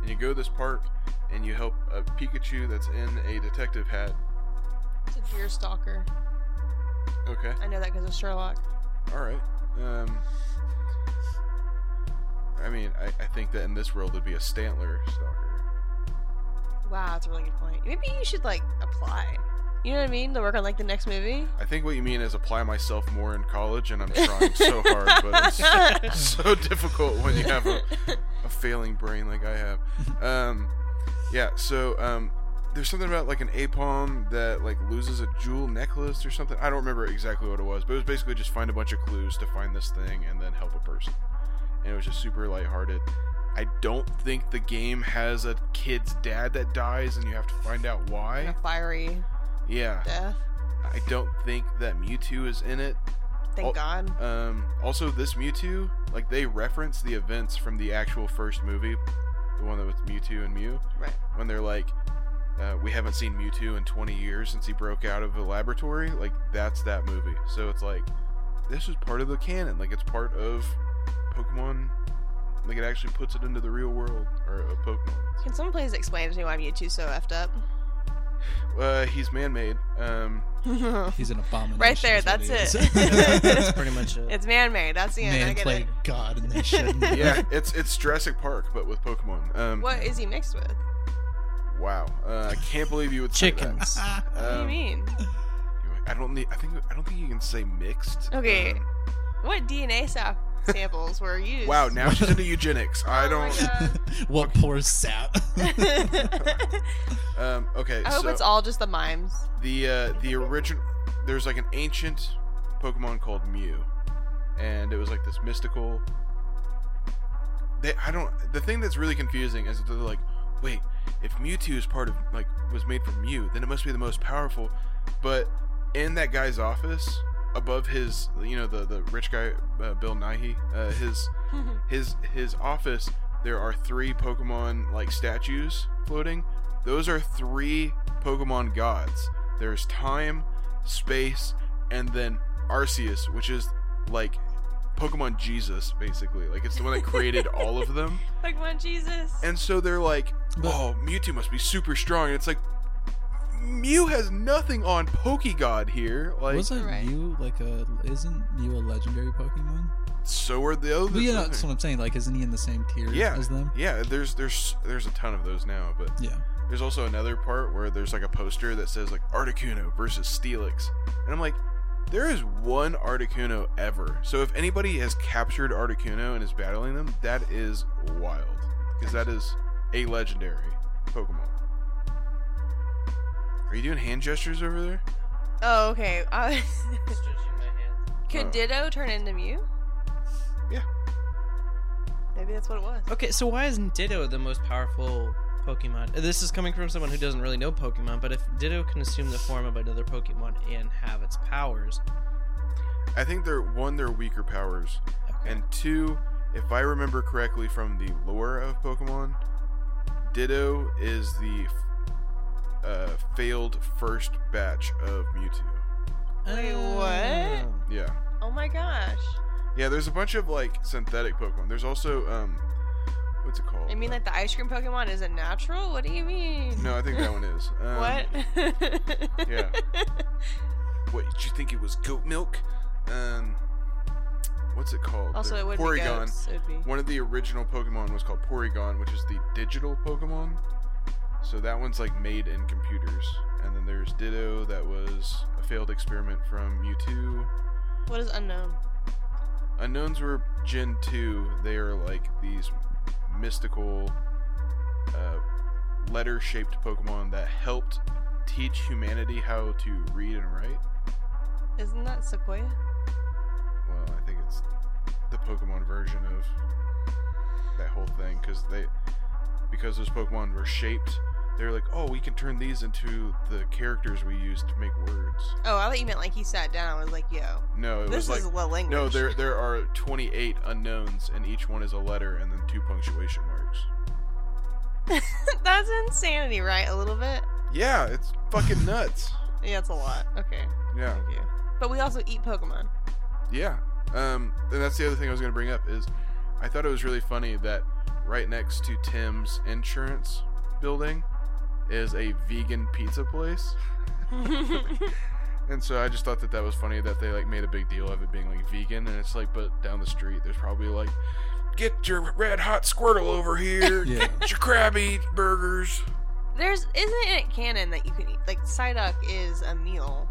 Speaker 1: and you go to this park and you help a Pikachu that's in a detective hat.
Speaker 2: It's a deer stalker.
Speaker 1: Okay,
Speaker 2: I know that because of Sherlock.
Speaker 1: all right. Um, I mean, I, I think that in this world it'd be a Stantler stalker.
Speaker 2: Wow, that's a really good point. Maybe you should like apply. You know what I mean? To work on like the next movie.
Speaker 1: I think what you mean is apply myself more in college, and I'm trying so hard, but it's so difficult when you have a a failing brain like I have. Um, yeah, so um, there's something about like an apom that like loses a jewel necklace or something. I don't remember exactly what it was, but it was basically just find a bunch of clues to find this thing and then help a person. And it was just super lighthearted. I don't think the game has a kid's dad that dies and you have to find out
Speaker 2: And
Speaker 1: why.
Speaker 2: a fiery
Speaker 1: Yeah,
Speaker 2: death.
Speaker 1: I don't think that Mewtwo is in it.
Speaker 2: Thank
Speaker 1: Oh.
Speaker 2: God.
Speaker 1: Um, also, this Mewtwo, like they reference the events from the actual first movie, the one that was Mewtwo and Mew,
Speaker 2: Right.
Speaker 1: when they're like, uh, "We haven't seen Mewtwo in 20 years since he broke out of the laboratory." Like that's that movie. So it's like, this is part of the canon. Like it's part of Pokemon. Like it actually puts it into the real world or of Pokemon.
Speaker 2: Can someone please explain to me why Mewtwo's so effed up?
Speaker 1: Uh, he's man-made. Um,
Speaker 3: He's an abomination.
Speaker 2: right there.
Speaker 3: is what
Speaker 2: That's
Speaker 3: he is.
Speaker 2: it.
Speaker 4: That's pretty much it.
Speaker 2: it's man-made. That's the end. I
Speaker 3: Man
Speaker 2: get
Speaker 3: played God and they shouldn't.
Speaker 1: yeah, it's it's Jurassic Park, but with Pokemon. Um,
Speaker 2: it. What is he mixed with?
Speaker 1: Wow, uh, I can't believe you would say that.
Speaker 4: Chickens.
Speaker 2: What do you
Speaker 1: Um,
Speaker 2: mean?
Speaker 1: I don't need. I think. I don't think you can say mixed.
Speaker 2: Okay.
Speaker 1: Um,
Speaker 2: What DNA sa- samples were used?
Speaker 1: wow. Now she's into eugenics. I
Speaker 2: Oh my
Speaker 1: don't.
Speaker 2: God.
Speaker 3: what poor sap.
Speaker 1: Um, okay.
Speaker 2: I hope
Speaker 1: so
Speaker 2: it's all just the mimes.
Speaker 1: the uh, the original. There's like an ancient Pokemon called Mew, and it was like this mystical. They, I don't. The thing that's really confusing is that they're like, wait, if Mewtwo is part of like was made from Mew, then it must be the most powerful. But in that guy's office, above his, you know, the the rich guy, uh, Bill Nighy, uh, his his his office there are three pokemon like statues floating those are three pokemon gods there's time space and then arceus which is like pokemon jesus basically like it's the one that created all of them
Speaker 2: Pokemon Jesus.
Speaker 1: and so they're like
Speaker 3: But-
Speaker 1: oh mewtwo must be super strong and it's like mew has nothing on pokegod here like
Speaker 3: Wasn't
Speaker 2: Right.
Speaker 3: you like a? Isn't you a legendary Pokemon?
Speaker 1: so are the other
Speaker 3: Well, yeah,
Speaker 1: other-
Speaker 3: that's what I'm saying. Like, isn't he in the same tier
Speaker 1: Yeah.
Speaker 3: as them?
Speaker 1: yeah there's there's there's a ton of those now but
Speaker 3: Yeah.
Speaker 1: There's also another part where there's like a poster that says like Articuno versus Steelix. And I'm like, there is one Articuno ever. So if anybody has captured Articuno and is battling them, that is wild. Because that is a legendary Pokemon. Are you doing hand gestures over there?
Speaker 2: Oh, okay. Uh,
Speaker 4: Stretching my hand.
Speaker 1: Oh.
Speaker 2: could Ditto turn into Mew?
Speaker 1: Yeah.
Speaker 2: Maybe that's what it was.
Speaker 4: Okay, so why isn't Ditto the most powerful Pokemon? Uh, This is coming from someone who doesn't really know Pokemon, but if Ditto can assume the form of another Pokemon and have its powers,
Speaker 1: I think they're one, they're weaker powers.
Speaker 4: okay.
Speaker 1: And two, if I remember correctly from the lore of Pokemon, Ditto is the uh, failed first batch of Mewtwo.
Speaker 2: Wait, what?
Speaker 4: Oh.
Speaker 1: Yeah.
Speaker 2: Oh my gosh.
Speaker 1: Yeah, there's a bunch of like synthetic Pokemon. There's also um what's it called?
Speaker 2: I mean,
Speaker 1: Uh,
Speaker 2: like the ice cream Pokemon isn't natural. What do you mean?
Speaker 1: No, I think that one is. Um,
Speaker 2: What?
Speaker 1: yeah. What did you think it was goat milk? Um what's it called?
Speaker 2: Also,
Speaker 1: The
Speaker 2: it would be
Speaker 1: Porygon.
Speaker 2: ghosts. It would be.
Speaker 1: One of the original Pokemon was called Porygon, which is the digital Pokemon. So that one's like made in computers. And then there's Ditto, that was a failed experiment from Mewtwo.
Speaker 2: What is unknown?
Speaker 1: Unknowns were Gen 2. They are like these mystical uh, letter shaped Pokemon that helped teach humanity how to read and write.
Speaker 2: Isn't that Sequoia?
Speaker 1: Well, I think it's the Pokemon version of that whole thing because they because those Pokemon were shaped. They were like, oh, we can turn these into the characters we use to make words.
Speaker 2: Oh, I thought you meant like he sat down and was like, "Yo,
Speaker 1: No, it
Speaker 2: this
Speaker 1: was
Speaker 2: is
Speaker 1: like
Speaker 2: what language."
Speaker 1: no. There there are 28 unknowns and each one is a letter and then two punctuation marks.
Speaker 2: That's insanity, right? A little bit.
Speaker 1: Yeah, it's fucking nuts.
Speaker 2: Yeah, it's a lot. Okay,
Speaker 1: Yeah,
Speaker 2: thank you. But we also eat Pokemon.
Speaker 1: yeah. Um, and that's the other thing I was gonna bring up is, I thought it was really funny that right next to Tim's insurance building is a vegan pizza place, and so I just thought that that was funny that they like made a big deal of it being like vegan, and it's like, but down the street there's probably like, get your red hot Squirtle over here,
Speaker 3: Yeah.
Speaker 1: get your Krabby burgers.
Speaker 2: There's isn't it canon that you can eat like Psyduck is a meal.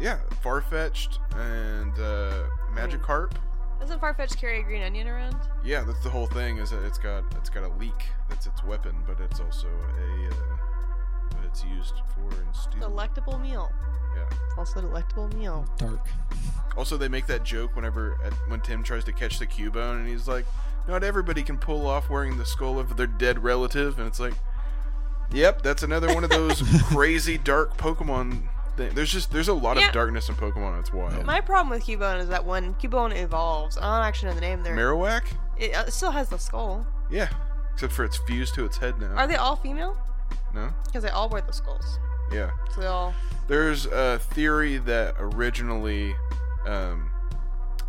Speaker 1: Yeah, Farfetched and uh, Magikarp.
Speaker 2: Doesn't Farfetch carry a green onion around?
Speaker 1: Yeah, that's the whole thing. Is that it's got it's got a leak that's its weapon, but it's also a uh, what it's used for in steel.
Speaker 2: Delectable meal.
Speaker 1: Mm. Yeah.
Speaker 2: It's also a delectable meal.
Speaker 3: Dark.
Speaker 1: Also, they make that joke whenever at, when Tim tries to catch the Cubone, and he's like, "Not everybody can pull off wearing the skull of their dead relative," and it's like, "Yep, that's another one of those crazy dark Pokemon." Thing. There's just there's a lot
Speaker 2: Yeah.
Speaker 1: of darkness in Pokemon. It's wild.
Speaker 2: My problem with Cubone is that when Cubone evolves, I don't actually know the name. There,
Speaker 1: Marowak,
Speaker 2: it, uh, it still has the skull.
Speaker 1: yeah, except for it's fused to its head now.
Speaker 2: Are they all female?
Speaker 1: no,
Speaker 2: Because they all wear the skulls.
Speaker 1: yeah.
Speaker 2: So they all.
Speaker 1: There's a theory that originally um,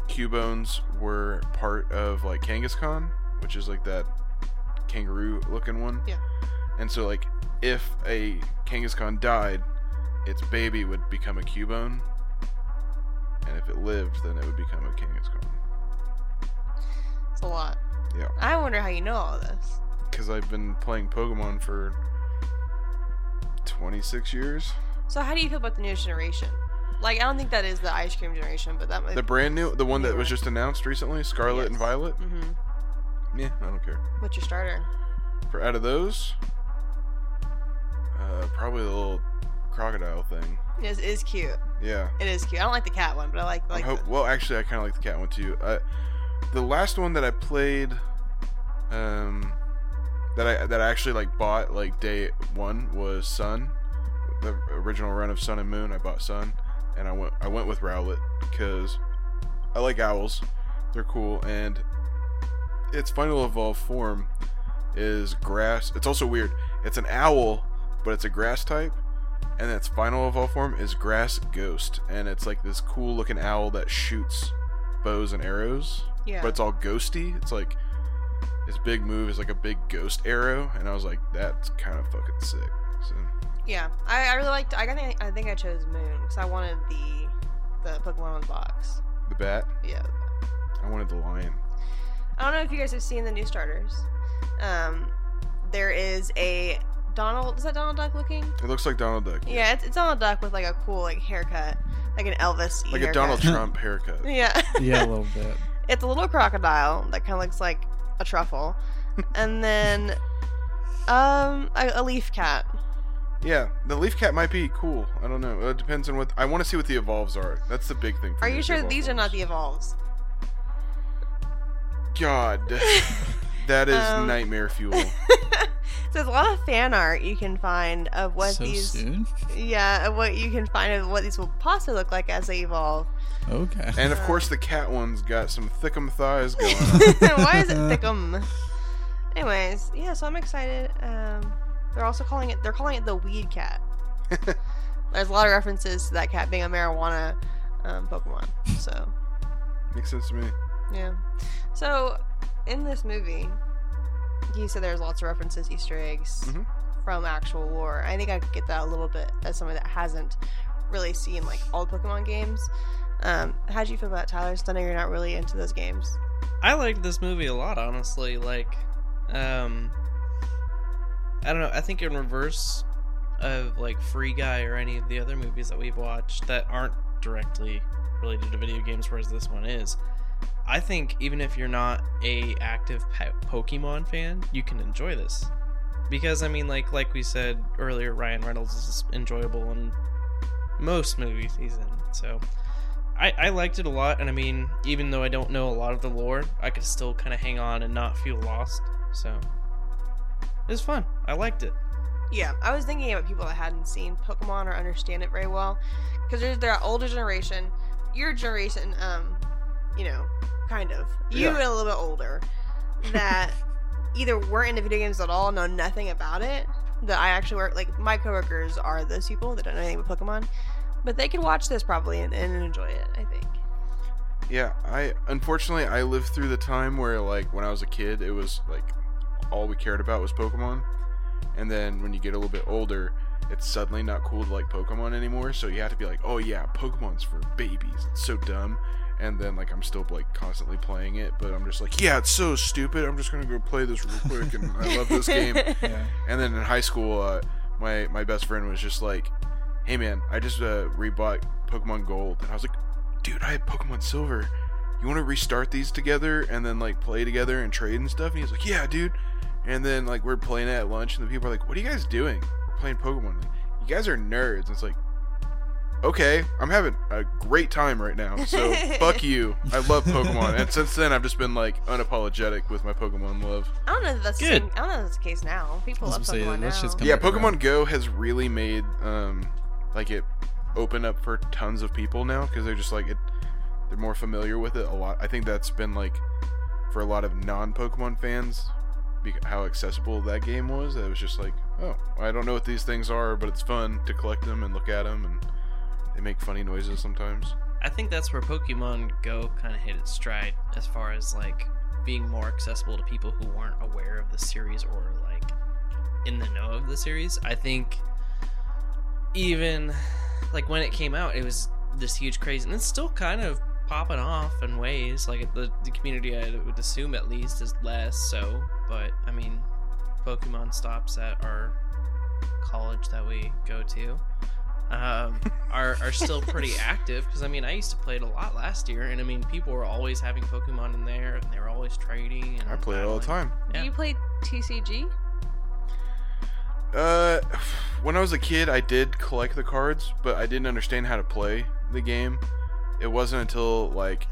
Speaker 1: Cubones were part of like Kangaskhan, which is like that kangaroo looking one.
Speaker 2: Yeah.
Speaker 1: And so like if a Kangaskhan died, its baby would become a Cubone. And if it lived, then it would become a Kangaskhan.
Speaker 2: It's a lot.
Speaker 1: Yeah.
Speaker 2: I wonder how you know all this.
Speaker 1: Because I've been playing Pokemon for 26 years.
Speaker 2: So how do you feel about the new generation? Like I don't think that is the ice cream generation, but that might.
Speaker 1: The brand new, the one that was
Speaker 2: Newer.
Speaker 1: just announced recently, Scarlet and
Speaker 2: Yes.
Speaker 1: Violet.
Speaker 2: mm-hmm.
Speaker 1: Yeah, I don't care.
Speaker 2: What's your starter?
Speaker 1: For out of those, uh, probably the little crocodile thing.
Speaker 2: It is cute.
Speaker 1: Yeah.
Speaker 2: It is cute. I don't like the cat one, but I like
Speaker 1: I
Speaker 2: like.
Speaker 1: hope. Well, actually, I kind of like the cat one too. Uh, the last one that I played, um, that I that I actually like bought like day one was Sun. The original run of Sun and Moon, I bought Sun, and I went I went with Rowlet because I like owls. They're cool, and its final evolved form is grass. It's also weird. It's an owl, but it's a grass type and its final evolved form is grass ghost and it's like this cool looking owl that shoots bows and arrows
Speaker 2: the, yeah.
Speaker 1: but it's all ghosty it's like his big move is like a big ghost arrow and i was like that's kind of fucking sick so
Speaker 2: Yeah, I, I really liked. I think I think I chose Moon because I wanted the the Pokemon on the box.
Speaker 1: the bat
Speaker 2: Yeah,
Speaker 1: i wanted the lion
Speaker 2: I don't know if you guys have seen the new starters. Um, there is a Donald. Is that Donald Duck looking?
Speaker 1: it looks like donald duck
Speaker 2: Yeah, it's, it's Donald Duck with like a cool like haircut, like an Elvis.
Speaker 1: like a donald trump haircut
Speaker 2: Yeah,
Speaker 3: Yeah, a little bit.
Speaker 2: it's a little crocodile that kind of looks like a truffle, and then um a, a leaf cat.
Speaker 1: yeah the leaf cat might be cool i don't know it depends on what i want to see what the evolves are that's the big thing for
Speaker 2: Are
Speaker 1: me
Speaker 2: you
Speaker 1: is
Speaker 2: sure
Speaker 1: evolved
Speaker 2: these are not the
Speaker 1: forms.
Speaker 2: evolves?
Speaker 1: god that is
Speaker 2: Um,
Speaker 1: nightmare fuel
Speaker 2: so there's a lot of fan art you can find of what
Speaker 3: so
Speaker 2: these
Speaker 3: soon?
Speaker 2: yeah of what you can find of what these will possibly look like as they evolve
Speaker 3: Okay.
Speaker 1: And of
Speaker 2: Uh,
Speaker 1: course, the cat one's got some thickum thighs going on.
Speaker 2: why is it thickum anyways yeah so i'm excited um they're also calling it they're calling it the weed cat there's a lot of references to that cat being a marijuana um, pokemon so
Speaker 1: Makes sense to me.
Speaker 2: Yeah. So, in this movie, you said there's lots of references, Easter eggs
Speaker 1: Mhm.
Speaker 2: from actual lore. I think I could get that a little bit as someone that hasn't really seen like all the Pokemon games. Um, how do you feel about it, Tyler? Since I know you're not really into those games.
Speaker 4: I liked this movie a lot, honestly. Like, um, I don't know. I think in reverse of like Free Guy or any of the other movies that we've watched that aren't directly related to video games, whereas this one is. I think even if you're not a active po- Pokemon fan, you can enjoy this because I mean, like like we said earlier, Ryan Reynolds is enjoyable in most movies he's in. So I, I liked it a lot, and I mean, even though I don't know a lot of the lore, I could still kind of hang on and not feel lost. So it was fun. I liked it.
Speaker 2: Yeah, I was thinking about people that hadn't seen Pokemon or understand it very well, because there's their older generation, your generation, um, you know, kind of you
Speaker 1: Yeah.
Speaker 2: and a little bit older, that either weren't into video games at all, know nothing about it. That I actually work like my coworkers are those people that don't know anything about Pokemon, but they could watch this probably and, and enjoy it. I think.
Speaker 1: Yeah, I unfortunately I lived through the time where like when I was a kid, it was like all we cared about was Pokemon, and then when you get a little bit older, it's suddenly not cool to like Pokemon anymore. So you have to be like, oh yeah, Pokemon's for babies. It's so dumb. And then like I'm still like constantly playing it, but I'm just like, yeah, it's so stupid. I'm just gonna go play this real quick, and I love this game.
Speaker 3: Yeah.
Speaker 1: And then in high school, uh, my my best friend was just like, "Hey man, I just uh, rebought Pokemon Gold," and I was like, "Dude, I have Pokemon Silver. You want to restart these together and then like play together and trade and stuff?" And he was like, "Yeah, dude." And then like we're playing it at lunch, and the people are like, "What are you guys doing? We're playing Pokemon. Like, you guys are nerds." And it's like, "Okay, I'm having a great time right now. So fuck you. I love Pokemon." And since then, I've just been like unapologetic with my Pokemon love.
Speaker 2: I don't know if that's the
Speaker 4: Good.
Speaker 2: same- I don't know if that's the case now. People
Speaker 3: I
Speaker 2: love
Speaker 3: was gonna say,
Speaker 2: Pokemon
Speaker 3: that
Speaker 2: now.
Speaker 3: shit's gonna-
Speaker 1: yeah,
Speaker 3: back
Speaker 1: Pokemon
Speaker 3: around.
Speaker 1: Go has really made um like it open up for tons of people now because they're just like it they're more familiar with it a lot. I think that's been like for a lot of non-Pokemon fans bec- how accessible that game was. It was just like, oh, I don't know what these things are, but it's fun to collect them and look at them and they make funny noises sometimes.
Speaker 4: I think that's where Pokemon Go kind of hit its stride as far as like being more accessible to people who weren't aware of the series or like in the know of the series. I think even like when it came out, it was this huge craze, and it's still kind of popping off in ways. Like the, the community, I would assume at least, is less so. But I mean, Pokemon stops at our college that we go to. Um, are, are still pretty active because I mean I used to play it a lot last year and I mean people were always having Pokemon in there and they were always trading and
Speaker 1: I play it all the
Speaker 4: battling.
Speaker 1: time.
Speaker 2: Do
Speaker 4: Yeah.
Speaker 2: you play TCG?
Speaker 1: Uh, when I was a kid, I did collect the cards, but I didn't understand how to play the game. It wasn't until like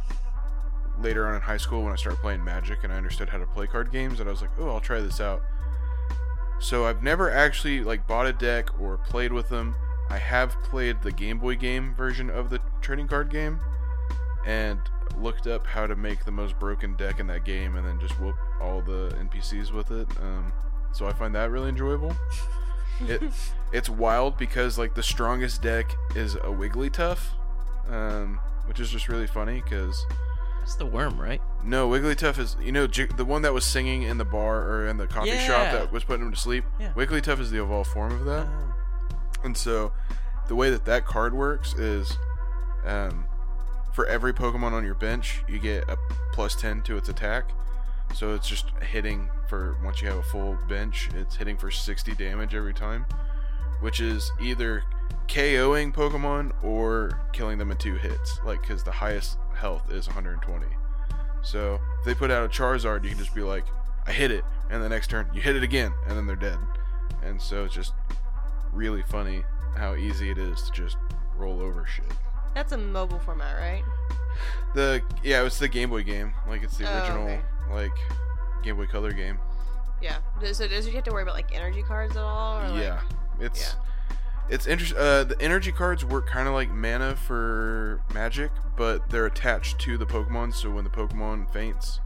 Speaker 1: later on in high school when I started playing Magic and I understood how to play card games that I was like, "Oh, I'll try this out." So I've never actually like bought a deck or played with them. I have played the Game Boy game version of the trading card game and looked up how to make the most broken deck in that game and then just whoop all the NPCs with it. Um, so I find that really enjoyable. It, it's wild because like the strongest deck is a Wigglytuff, um, which is just really funny because
Speaker 4: That's the worm, right?
Speaker 1: no Wigglytuff is you know Jig- the one that was singing in the bar or in the coffee shop
Speaker 4: Yeah.
Speaker 1: that was putting him to sleep.
Speaker 4: Yeah.
Speaker 1: Wigglytuff is the evolved form of that.
Speaker 4: Oh.
Speaker 1: And so, the way that that card works is, um, for every Pokemon on your bench, you get a plus ten to its attack. So it's just hitting for once you have a full bench, it's hitting for sixty damage every time, which is either KOing Pokemon or killing them in two hits. Like, because the highest health is 120. So if they put out a Charizard, you can just be like, I hit it, and the next turn you hit it again, and then they're dead. And so it's just really funny how easy it is to just roll over shit.
Speaker 2: That's a mobile format, right?
Speaker 1: The yeah, it's the Game Boy game. Like it's the
Speaker 2: Oh,
Speaker 1: original
Speaker 2: okay.
Speaker 1: like Game Boy Color game.
Speaker 2: Yeah. Does- So does you have to worry about like energy cards at all? Or, like-
Speaker 1: yeah, it's it's interesting. Uh, the energy cards work kind of like mana for Magic, but they're attached to the Pokemon. So when the Pokemon faints,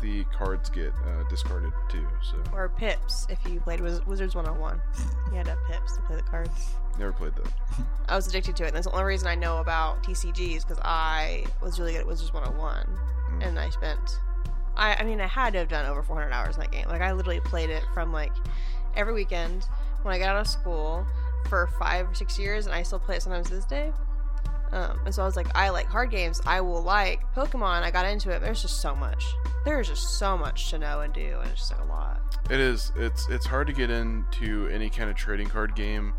Speaker 1: the cards get uh, discarded too. So
Speaker 2: Or pips if you played Wiz- Wizards 101. You had to have pips to play the cards.
Speaker 1: never played that.
Speaker 2: I was addicted to it. And that's the only reason I know about TCGs because I was really good at Wizards 101. And I spent, I, I mean, I had to have done over 400 hours in that game. Like, I literally played it from like every weekend when I got out of school for five or six years, and I still play it sometimes to this day. Um, and so I was like, I like hard games. I will like Pokemon. I got into it. There's just so much. There's just so much to know and do, and it's just like a lot.
Speaker 1: It is. It's it's hard to get into any kind of trading card game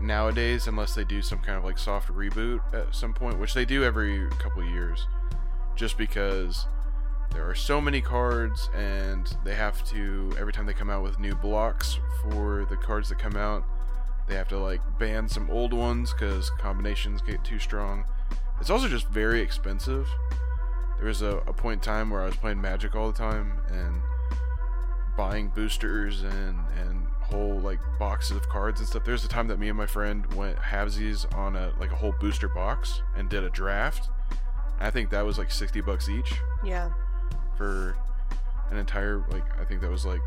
Speaker 1: nowadays unless they do some kind of like soft reboot at some point, which they do every couple of years, just because there are so many cards and they have to every time they come out with new blocks for the cards that come out, they have to like ban some old ones because combinations get too strong. It's also just very expensive. There was a, a point in time where I was playing Magic all the time and buying boosters and and whole like boxes of cards and stuff. There's a time that me and my friend went halvesies on a like a whole booster box and did a draft. I think that was like sixty bucks each
Speaker 2: Yeah.
Speaker 1: for an entire like I think that was like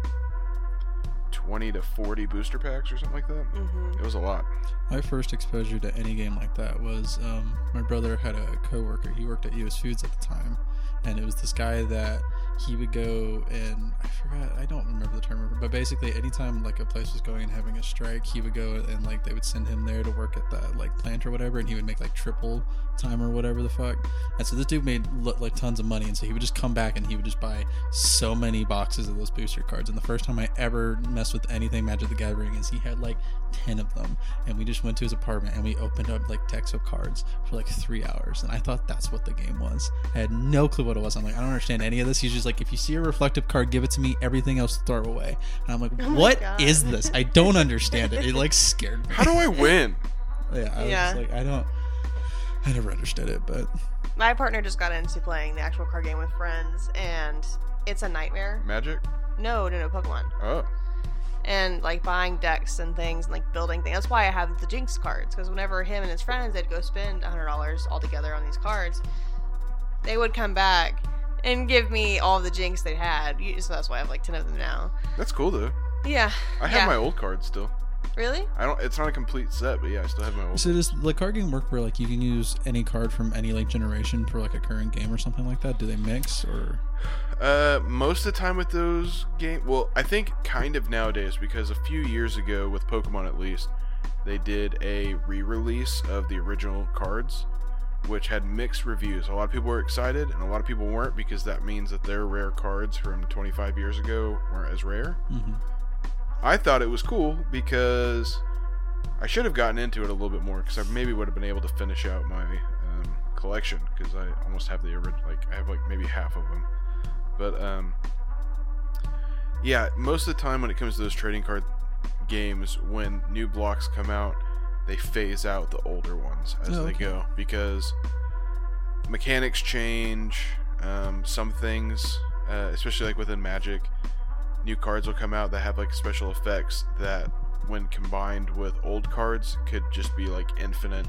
Speaker 1: twenty to forty booster packs or something like that.
Speaker 2: Mm-hmm.
Speaker 1: It was a lot.
Speaker 3: My first exposure to any game like that was um, my brother had a coworker. He worked at US Foods at the time, and it was this guy that he would go and I forgot, I don't remember the term, but basically anytime like a place was going and having a strike, he would go and like they would send him there to work at that like plant or whatever, and he would make like triple time or whatever the fuck. And so this dude made lo- like tons of money, and so he would just come back and he would just buy so many boxes of those booster cards. And the first time I ever messed with anything Magic the Gathering is he had like ten of them and we just went to his apartment and we opened up like Texo cards for like three hours. And I thought that's what the game was. I had no clue what it was. I'm like, I don't understand any of this. He's just like, if you see a reflective card, give it to me. Everything else, throw away. And I'm like,
Speaker 2: Oh my
Speaker 3: what
Speaker 2: God.
Speaker 3: is this? I don't understand it. It like scared me.
Speaker 1: How do I win?
Speaker 3: Yeah,
Speaker 2: Yeah.
Speaker 3: I was just like, I don't. I never understood it, but
Speaker 2: My partner just got into playing the actual card game with friends, and it's a nightmare.
Speaker 1: Magic?
Speaker 2: No, no, no, Pokemon.
Speaker 1: Oh.
Speaker 2: and like buying decks and things and like building things. That's why I have the Jinx cards because whenever him and his friends they'd go spend hundred dollars all together on these cards, they would come back and give me all the Jinx they had. You- So that's why I have like ten of them now.
Speaker 1: That's cool though.
Speaker 2: Yeah,
Speaker 1: I have
Speaker 2: Yeah.
Speaker 1: my old cards still.
Speaker 2: really?
Speaker 1: I don't it's not a complete set, but yeah, I still have my old
Speaker 3: so does the card game work where like you can use any card from any like generation for like a current game or something like that? Do they mix or?
Speaker 1: Uh, most of the time with those game, well, I think kind of nowadays because a few years ago with Pokemon at least, they did a re-release of the original cards, which had mixed reviews. A lot of people were excited and a lot of people weren't because that means that their rare cards from 25 years ago weren't as rare.
Speaker 3: hmm
Speaker 1: I thought it was cool because I should have gotten into it a little bit more because I maybe would have been able to finish out my um, collection because I almost have the original, like I have like maybe half of them. But um, yeah, most of the time when it comes to those trading card games, when new blocks come out, they phase out the older ones as
Speaker 3: Oh,
Speaker 1: they
Speaker 3: okay.
Speaker 1: go because mechanics change. Um, some things, uh, especially like within Magic, new cards will come out that have like special effects that when combined with old cards could just be like infinite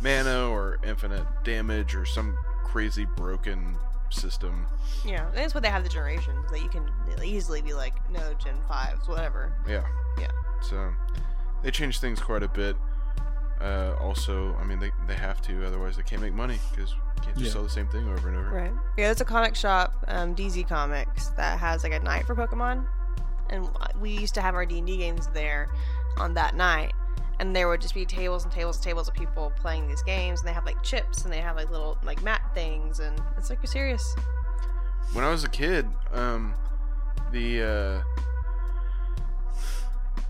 Speaker 1: mana or infinite damage or some crazy broken system
Speaker 2: Yeah, and that's why they have the generations that you can easily be like, no, Gen fives, whatever.
Speaker 1: yeah
Speaker 2: Yeah.
Speaker 1: so um, they change things quite a bit uh, also i mean they, they have to otherwise they can't make money because can't just
Speaker 3: Yeah.
Speaker 1: sell the same thing over and over
Speaker 2: Right. Yeah, there's a comic shop, um, DZ Comics, that has like a night for Pokemon, and we used to have our D and D games there on that night, and there would just be tables and tables and tables of people playing these games, and they have like chips and they have like little like mat things, and it's like you're serious.
Speaker 1: when I was a kid, um, the uh,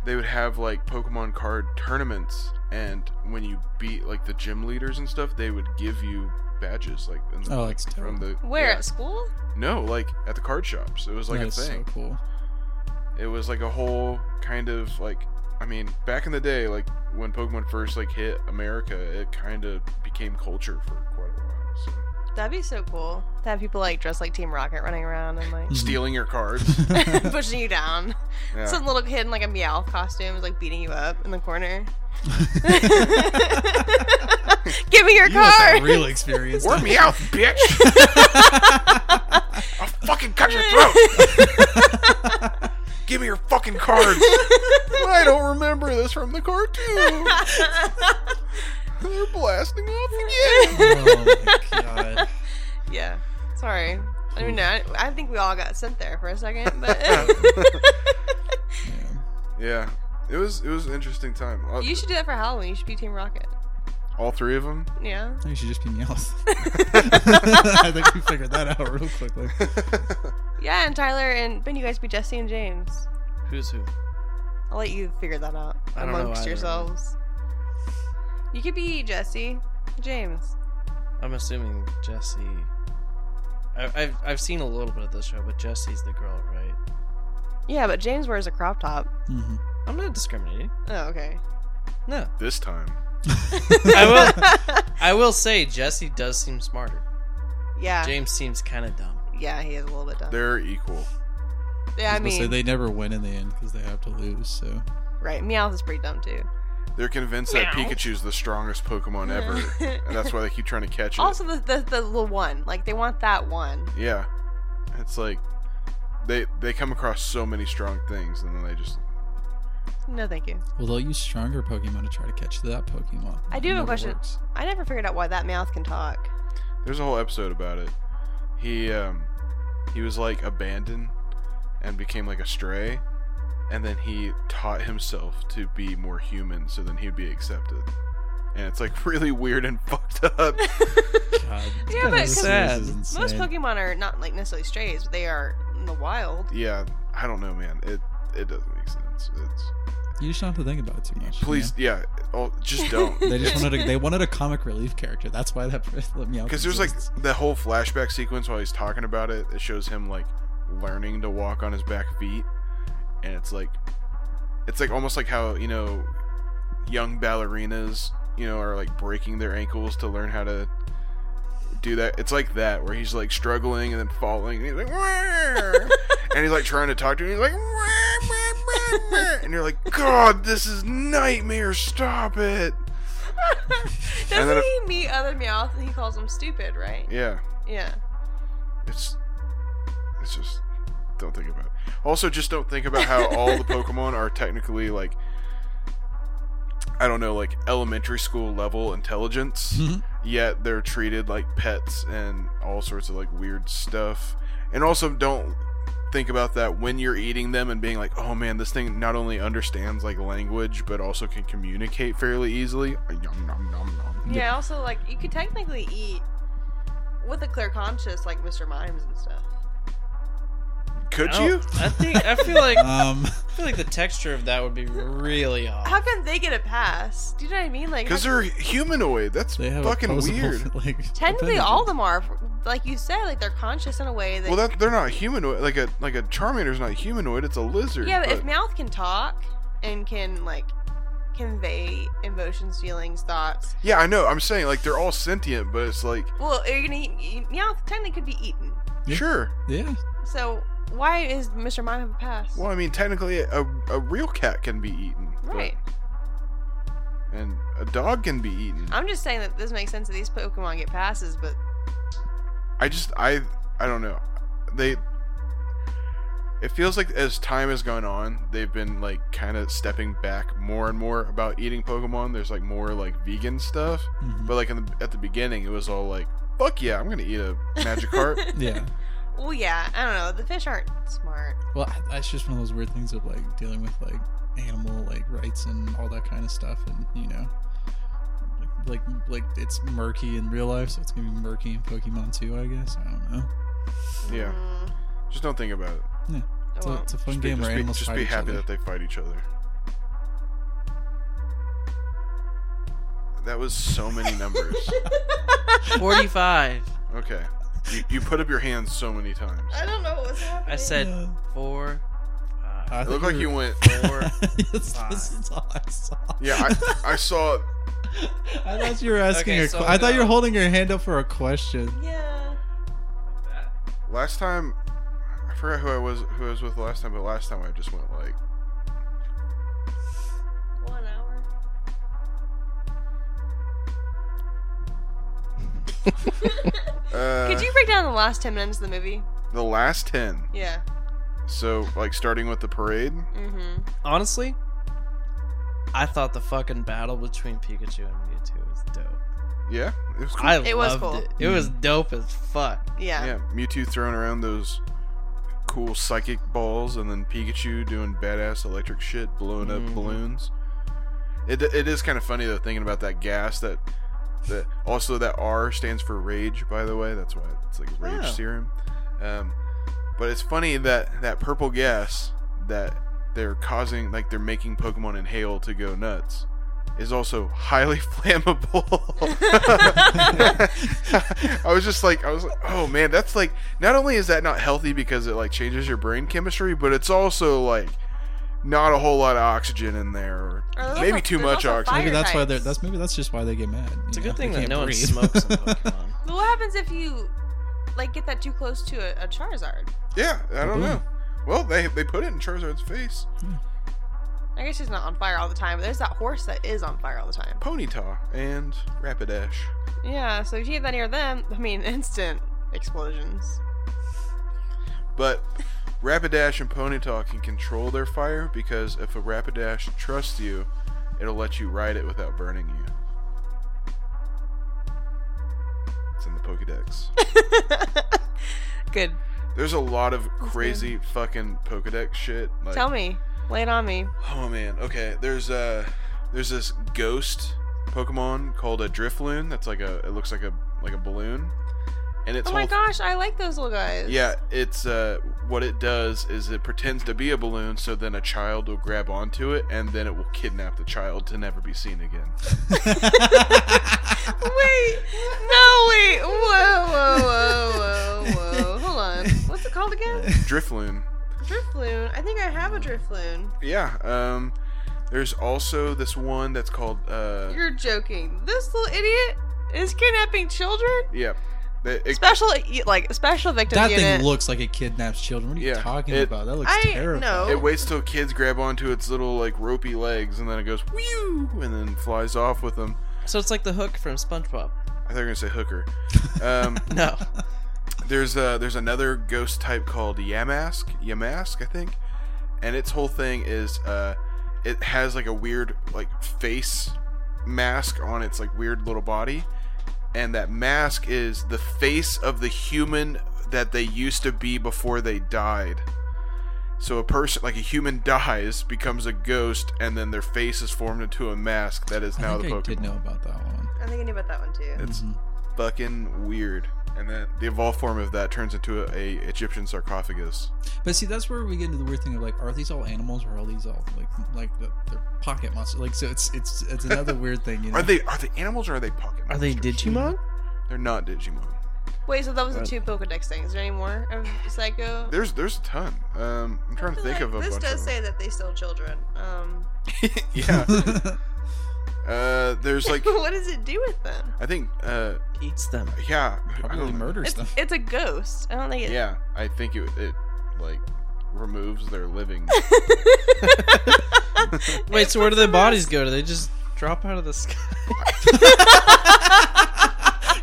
Speaker 1: they would have like Pokemon card tournaments, and when you beat like the gym leaders and stuff, they would give you badges like in the,
Speaker 3: Oh, that's
Speaker 1: from
Speaker 3: terrible.
Speaker 1: the
Speaker 2: Where
Speaker 1: yeah.
Speaker 2: at school?
Speaker 1: No, like at the card shops. It was like
Speaker 3: That's
Speaker 1: a
Speaker 3: so
Speaker 1: thing.
Speaker 3: cool.
Speaker 1: It was like a whole kind of like I mean, back in the day, like when Pokemon first like hit America, it kind of became culture for quite a while. So.
Speaker 2: That'd be so cool to have people like dressed like Team Rocket running around and like
Speaker 3: Mhm.
Speaker 1: Stealing your cards.
Speaker 2: pushing you down.
Speaker 1: Yeah.
Speaker 2: Some little kid in like a meow costume is like beating you up in the corner. Give me your
Speaker 3: You must have
Speaker 2: card.
Speaker 3: real experience.
Speaker 1: Worm me out, bitch! I'll fucking cut your throat! Give me your fucking cards! I don't remember this from the cartoon! They're blasting off again!
Speaker 3: oh my god.
Speaker 2: yeah. Sorry. I mean, I, I think we all got sent there for a second, but
Speaker 3: Yeah.
Speaker 1: Yeah, it was it was an interesting time. Uh, Oh.
Speaker 2: you should do that for Halloween. You should be Team Rocket.
Speaker 1: All three of them.
Speaker 2: Yeah.
Speaker 3: I think she just be Meowth. I think we figured that out real quickly.
Speaker 2: Yeah, and Tyler and Ben, you guys be Jesse and James.
Speaker 4: Who's who?
Speaker 2: I'll let you figure that out
Speaker 4: I don't know
Speaker 2: amongst
Speaker 4: either.
Speaker 2: yourselves. You could be Jesse, James.
Speaker 4: I'm assuming Jesse. I, I've I've seen a little bit of this show, but Jesse's the girl, right?
Speaker 2: Yeah, but James wears a crop top.
Speaker 3: hmm
Speaker 4: I'm not discriminating.
Speaker 2: Oh, okay.
Speaker 4: No,
Speaker 1: this time.
Speaker 4: I I will say Jesse does seem smarter.
Speaker 2: yeah.
Speaker 4: James seems kind of dumb.
Speaker 2: Yeah, he is a little bit dumb.
Speaker 1: They're equal.
Speaker 2: yeah, I
Speaker 3: was gonna say
Speaker 2: mean,
Speaker 3: they never win in the end because they have to lose. So
Speaker 2: right. Meowth is pretty dumb too.
Speaker 1: They're convinced that Pikachu's the strongest Pokemon ever, and that's why they keep trying to catch it.
Speaker 2: also, the, the, the the one. Like, they want that one.
Speaker 1: yeah, it's like they they come across so many strong things, and then they just
Speaker 2: No, thank you.
Speaker 3: well, they'll use stronger Pokemon to try to catch that Pokemon.
Speaker 2: I
Speaker 3: It
Speaker 2: do have a
Speaker 3: never
Speaker 2: question.
Speaker 3: works.
Speaker 2: I never figured out why that Meowth can talk.
Speaker 1: there's a whole episode about it. He um he was like abandoned and became like a stray, and then he taught himself to be more human, so then he'd be accepted. And it's like really weird and fucked up.
Speaker 3: God,
Speaker 2: Yeah, but
Speaker 3: God, this
Speaker 2: 'cause
Speaker 3: series is
Speaker 2: Most
Speaker 3: insane.
Speaker 2: Pokemon are not like necessarily strays, but they are in the wild.
Speaker 1: yeah, I don't know, man. It it doesn't make sense. It's
Speaker 3: You just don't have to think about it too much. you
Speaker 1: please, yeah, oh, just don't.
Speaker 3: know? They just wanted a, they wanted a comic relief character. That's why that let me out.
Speaker 1: Because there's like the whole flashback sequence while he's talking about it. It shows him like learning to walk on his back feet, and it's like, it's like almost like how you know, young ballerinas you know are like breaking their ankles to learn how to do that. It's like that where he's like struggling and then falling, and he's like, "Wah!" and he's like trying to talk to him. He's like, "Wah, wah, wah, wah." and you're like, God, this is nightmare. Stop it. And
Speaker 2: Doesn't
Speaker 1: then it-
Speaker 2: he meet other Meowth and he calls them stupid, right?
Speaker 1: Yeah.
Speaker 2: Yeah.
Speaker 1: It's it's just don't think about it. Also just don't think about how all the Pokemon are technically like I don't know, like elementary school level intelligence,
Speaker 3: Mhm.
Speaker 1: yet they're treated like pets and all sorts of like weird stuff. And also don't think about that when you're eating them and being like, "Oh man, this thing not only understands like language but also can communicate fairly easily." Yum, nom, nom, nom.
Speaker 2: Yeah, also like you could technically eat with a clear conscience like Mr. Mimes and stuff.
Speaker 1: Could
Speaker 3: Oh.
Speaker 4: I
Speaker 1: you?
Speaker 4: don't- I think I feel like I
Speaker 3: um,
Speaker 4: feel like the texture of that would be really off.
Speaker 3: Oh.
Speaker 2: How can they get a pass? Do you know what I mean? Like
Speaker 1: Cuz
Speaker 2: how-
Speaker 1: they're humanoid. That's
Speaker 3: they have
Speaker 1: fucking
Speaker 3: opposable,
Speaker 1: weird.
Speaker 3: Like,
Speaker 2: technically all of
Speaker 3: appendages.
Speaker 2: them are like you said, like they're conscious in a way that,
Speaker 1: Well, that they're not humanoid. Like a like a Charmander's not humanoid. It's a lizard.
Speaker 2: Yeah, but if mouth can talk and can like convey emotions, feelings, thoughts.
Speaker 1: yeah, I know. I'm saying like they're all sentient, but it's like
Speaker 2: Well, you're gonna eat, eat Meowth technically could be eaten.
Speaker 3: Yeah.
Speaker 1: sure.
Speaker 3: Yeah,
Speaker 2: So why is Mr. Mime have a pass?
Speaker 1: Well, I mean, technically, a, a real cat can be eaten, but-
Speaker 2: Right.
Speaker 1: and a dog can be eaten.
Speaker 2: I'm just saying that this makes sense that these Pokemon get passes, but
Speaker 1: I just I I don't know. They it feels like as time has gone on, they've been like kind of stepping back more and more about eating Pokemon. There's like more like vegan stuff,
Speaker 3: Mhm.
Speaker 1: but like in the, at the beginning, it was all like, "Fuck yeah, I'm gonna eat a Magikarp."
Speaker 3: yeah.
Speaker 2: Well, yeah, I don't know. The fish aren't smart.
Speaker 3: Well, I- that's just one of those weird things of like dealing with like animal like rights and all that kind of stuff, and you know, like like it's murky in real life, so it's gonna be murky in Pokemon too, I guess. I don't know.
Speaker 1: Yeah.
Speaker 2: Mm,
Speaker 1: just don't think about it.
Speaker 2: I
Speaker 3: It's a,
Speaker 2: won't.
Speaker 3: it's a fun
Speaker 1: Just be-
Speaker 3: game where
Speaker 1: just be,
Speaker 3: animals
Speaker 1: just
Speaker 3: fight
Speaker 1: be
Speaker 3: each
Speaker 1: happy
Speaker 3: other.
Speaker 1: that they fight each other. That was so many numbers.
Speaker 4: Forty-five.
Speaker 1: okay. You, you put up your hands so many times.
Speaker 2: I don't know what was happening.
Speaker 4: I said four. Five.
Speaker 3: I
Speaker 1: It
Speaker 3: think
Speaker 1: looked like you
Speaker 3: were-
Speaker 1: went.
Speaker 4: Four.
Speaker 3: That's- this is all I saw.
Speaker 1: Yeah, I, I saw.
Speaker 3: I thought you were asking.
Speaker 4: Okay,
Speaker 3: a
Speaker 4: so
Speaker 3: que- I thought you were
Speaker 4: now-
Speaker 3: holding your hand up for a question.
Speaker 2: Yeah.
Speaker 1: Last time, I forgot who I was who I was with last time, but last time I just went like,
Speaker 2: One hour.
Speaker 1: uh, Uh,
Speaker 2: Could you break down the last 10 minutes of the movie?
Speaker 1: the last ten.
Speaker 2: Yeah.
Speaker 1: So like starting with the parade.
Speaker 2: Mm-hmm.
Speaker 4: Honestly, I thought the fucking battle between Pikachu and Mewtwo was dope.
Speaker 1: Yeah, it was cool.
Speaker 4: I
Speaker 2: It was
Speaker 4: loved
Speaker 2: cool.
Speaker 4: it. It was
Speaker 3: Mm.
Speaker 4: dope as fuck.
Speaker 2: Yeah.
Speaker 1: Yeah, Mewtwo throwing around those cool psychic balls, and then Pikachu doing badass electric shit, blowing up
Speaker 4: Mhm.
Speaker 1: balloons. It, it is kind of funny though, thinking about that gas that The, also, that R stands for rage, by the way. That's why it's like rage
Speaker 4: Oh.
Speaker 1: serum. Um, but it's funny that that purple gas that they're causing, like they're making Pokemon inhale to go nuts, is also highly flammable. I was just like, I was like, oh man, that's like. Not only is that not healthy because it like changes your brain chemistry, but it's also like not a whole lot of oxygen in there, or
Speaker 2: Or there's
Speaker 1: maybe
Speaker 2: also-
Speaker 1: too
Speaker 2: there's
Speaker 1: much
Speaker 2: also
Speaker 1: oxygen.
Speaker 2: fire
Speaker 3: Maybe that's why they're.
Speaker 2: types.
Speaker 3: That's maybe that's just why they get mad.
Speaker 4: It's a
Speaker 3: you
Speaker 4: good
Speaker 3: know? They
Speaker 4: thing that
Speaker 3: can't
Speaker 4: no
Speaker 3: breathe.
Speaker 4: one smokes in Pokemon.
Speaker 2: But what happens if you like get that too close to a, a Charizard?
Speaker 1: Yeah, I don't
Speaker 3: Kaboom.
Speaker 1: know. Well, they they put it in Charizard's face.
Speaker 2: I guess she's not on fire all the time, but there's that horse that is on fire all the time.
Speaker 1: Ponyta and Rapidash.
Speaker 2: Yeah, so if you get that near them, I mean, instant explosions.
Speaker 1: But Rapidash and Ponyta can control their fire because if a Rapidash trusts you, it'll let you ride it without burning you. It's in the Pokedex.
Speaker 2: Good.
Speaker 1: There's a lot of
Speaker 2: good.
Speaker 1: crazy fucking Pokedex shit. Like,
Speaker 2: Tell me. Lay it on me.
Speaker 1: Oh man, okay. There's uh there's this ghost Pokemon called a Drifloon. That's like a it looks like a like a balloon, and it's
Speaker 2: oh my gosh, I like those little guys.
Speaker 1: yeah. It's uh what it does is it pretends to be a balloon, so then a child will grab onto it, and then it will kidnap the child to never be seen again.
Speaker 2: Wait. No, wait. Whoa, whoa, whoa, whoa. Hold on. What's it called again?
Speaker 1: Drifloon.
Speaker 2: Driftloon. I think I have a Driftloon.
Speaker 1: Yeah. Um. There's also this one that's called uh.
Speaker 2: You're joking. This little idiot is kidnapping children?
Speaker 1: yeah. That- it-
Speaker 2: Special, like, special victim
Speaker 3: That
Speaker 2: unit.
Speaker 3: thing looks like it kidnaps children. What are you
Speaker 1: Yeah,
Speaker 3: talking
Speaker 1: it-
Speaker 3: about? That looks
Speaker 2: I
Speaker 3: terrible.
Speaker 2: know.
Speaker 1: It waits till kids grab onto its little like ropey legs, and then it goes whew, and then flies off with them.
Speaker 4: So it's like the hook from SpongeBob.
Speaker 1: I thought you were gonna say hooker. Um,
Speaker 4: No.
Speaker 1: there's a, there's another ghost type called Yamask, Yamask, I think, and its whole thing is uh, it has like a weird like face mask on its like weird little body, and that mask is the face of the human that they used to be before they died. So a person like a human dies, becomes a ghost, and then their face is formed into a mask that is now
Speaker 3: I
Speaker 1: the
Speaker 3: think I
Speaker 1: Pokemon
Speaker 3: did know about that one. Mm-hmm.
Speaker 2: I think I knew about that one too.
Speaker 1: It's fucking weird. And then the evolved form of that turns into a, a Egyptian sarcophagus.
Speaker 3: But see, that's where we get into the weird thing of like, are these all animals or are these all like like the, they're pocket monsters? Like, so it's it's it's another weird thing. You know?
Speaker 1: Are they are they animals or are they pocket?
Speaker 4: Are they
Speaker 1: monsters?
Speaker 4: Digimon?
Speaker 1: They're not Digimon.
Speaker 2: Wait, so that was the
Speaker 4: Right.
Speaker 2: two Pokedex things. Is there any more of Psycho?
Speaker 1: There's there's a ton. Um, I'm trying to think of a
Speaker 2: This
Speaker 1: bunch
Speaker 2: does
Speaker 1: of
Speaker 2: say that they steal children. Um,
Speaker 1: them. yeah. Uh, there's like
Speaker 2: what does it do with them?
Speaker 1: I think uh
Speaker 4: Eats them.
Speaker 1: yeah I
Speaker 3: Probably
Speaker 1: don't know.
Speaker 3: murders
Speaker 2: It's,
Speaker 3: them.
Speaker 2: it's a ghost. I don't think it.
Speaker 1: Yeah, I think it it like removes their living.
Speaker 4: Wait, so where do the bodies go? Do they just drop out of the sky?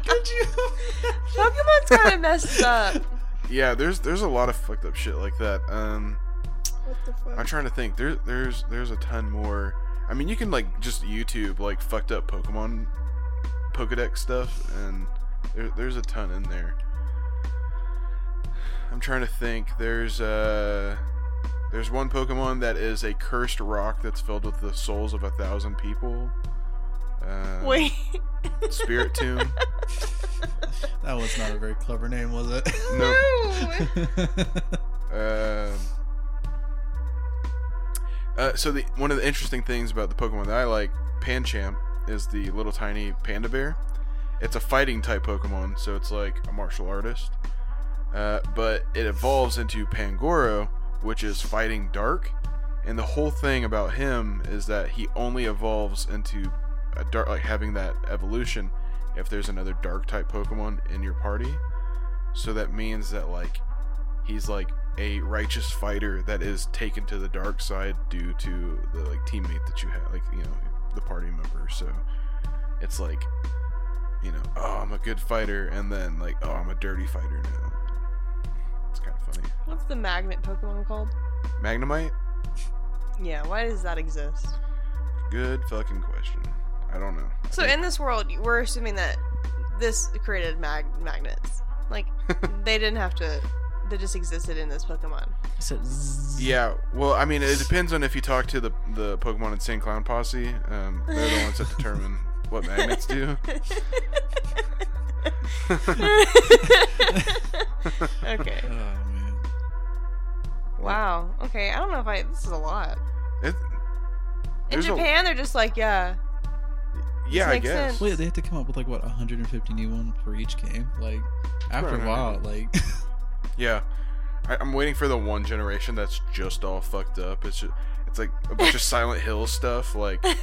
Speaker 2: Could you? Pokemon's kind of messed up.
Speaker 1: yeah, there's there's a lot of fucked up shit like that. Um.
Speaker 2: What the
Speaker 1: I'm
Speaker 2: fuck?
Speaker 1: trying to think. There's there's there's a ton more. I mean, you can like just YouTube like fucked up Pokemon Pokedex stuff, and there, there's a ton in there. I'm trying to think. There's uh there's one Pokemon that is a cursed rock that's filled with the souls of a thousand people. Uh,
Speaker 2: Wait.
Speaker 1: Spirit Tomb.
Speaker 3: that was not a very clever name, was it?
Speaker 1: No.
Speaker 2: Ooh.
Speaker 1: Um, uh, so the one of the interesting things about the Pokemon that I like, Pancham, is the little tiny panda bear. It's a fighting type Pokemon, so it's like a martial artist. Uh, but it evolves into Pangoro, which is fighting dark. And the whole thing about him is that he only evolves into a dark, like having that evolution, if there's another dark type Pokemon in your party. So that means that like he's like a righteous fighter that is taken to the dark side due to the like teammate that you have like you know the party member so it's like you know oh i'm a good fighter and then like oh i'm a dirty fighter now it's kind of funny
Speaker 2: What's the magnet Pokemon called?
Speaker 1: magnemite
Speaker 2: Yeah. Why does that exist?
Speaker 1: good fucking question i don't know
Speaker 2: So in this world, we're assuming that this created mag- magnets. Like they didn't have to. They just existed in this Pokemon.
Speaker 4: So zzz.
Speaker 1: yeah well i mean it depends on if you talk to the the pokemon and sand clown posse um, they're the ones that determine what magnets do.
Speaker 2: okay.
Speaker 3: Oh man.
Speaker 2: Wow. Okay. I don't know if I. This is a lot.
Speaker 1: It-
Speaker 2: In
Speaker 1: There's a-
Speaker 2: Japan, they're just like, yeah.
Speaker 1: yeah, I
Speaker 2: makes
Speaker 1: guess.
Speaker 2: sense.
Speaker 3: Wait, they have to come up with like what 150 new ones for each game. Like after a
Speaker 1: Right.
Speaker 3: while, like
Speaker 1: Yeah, I, I'm waiting for the one generation that's just all fucked up. It's just, it's like a bunch of Silent Hill stuff. Like,
Speaker 4: Can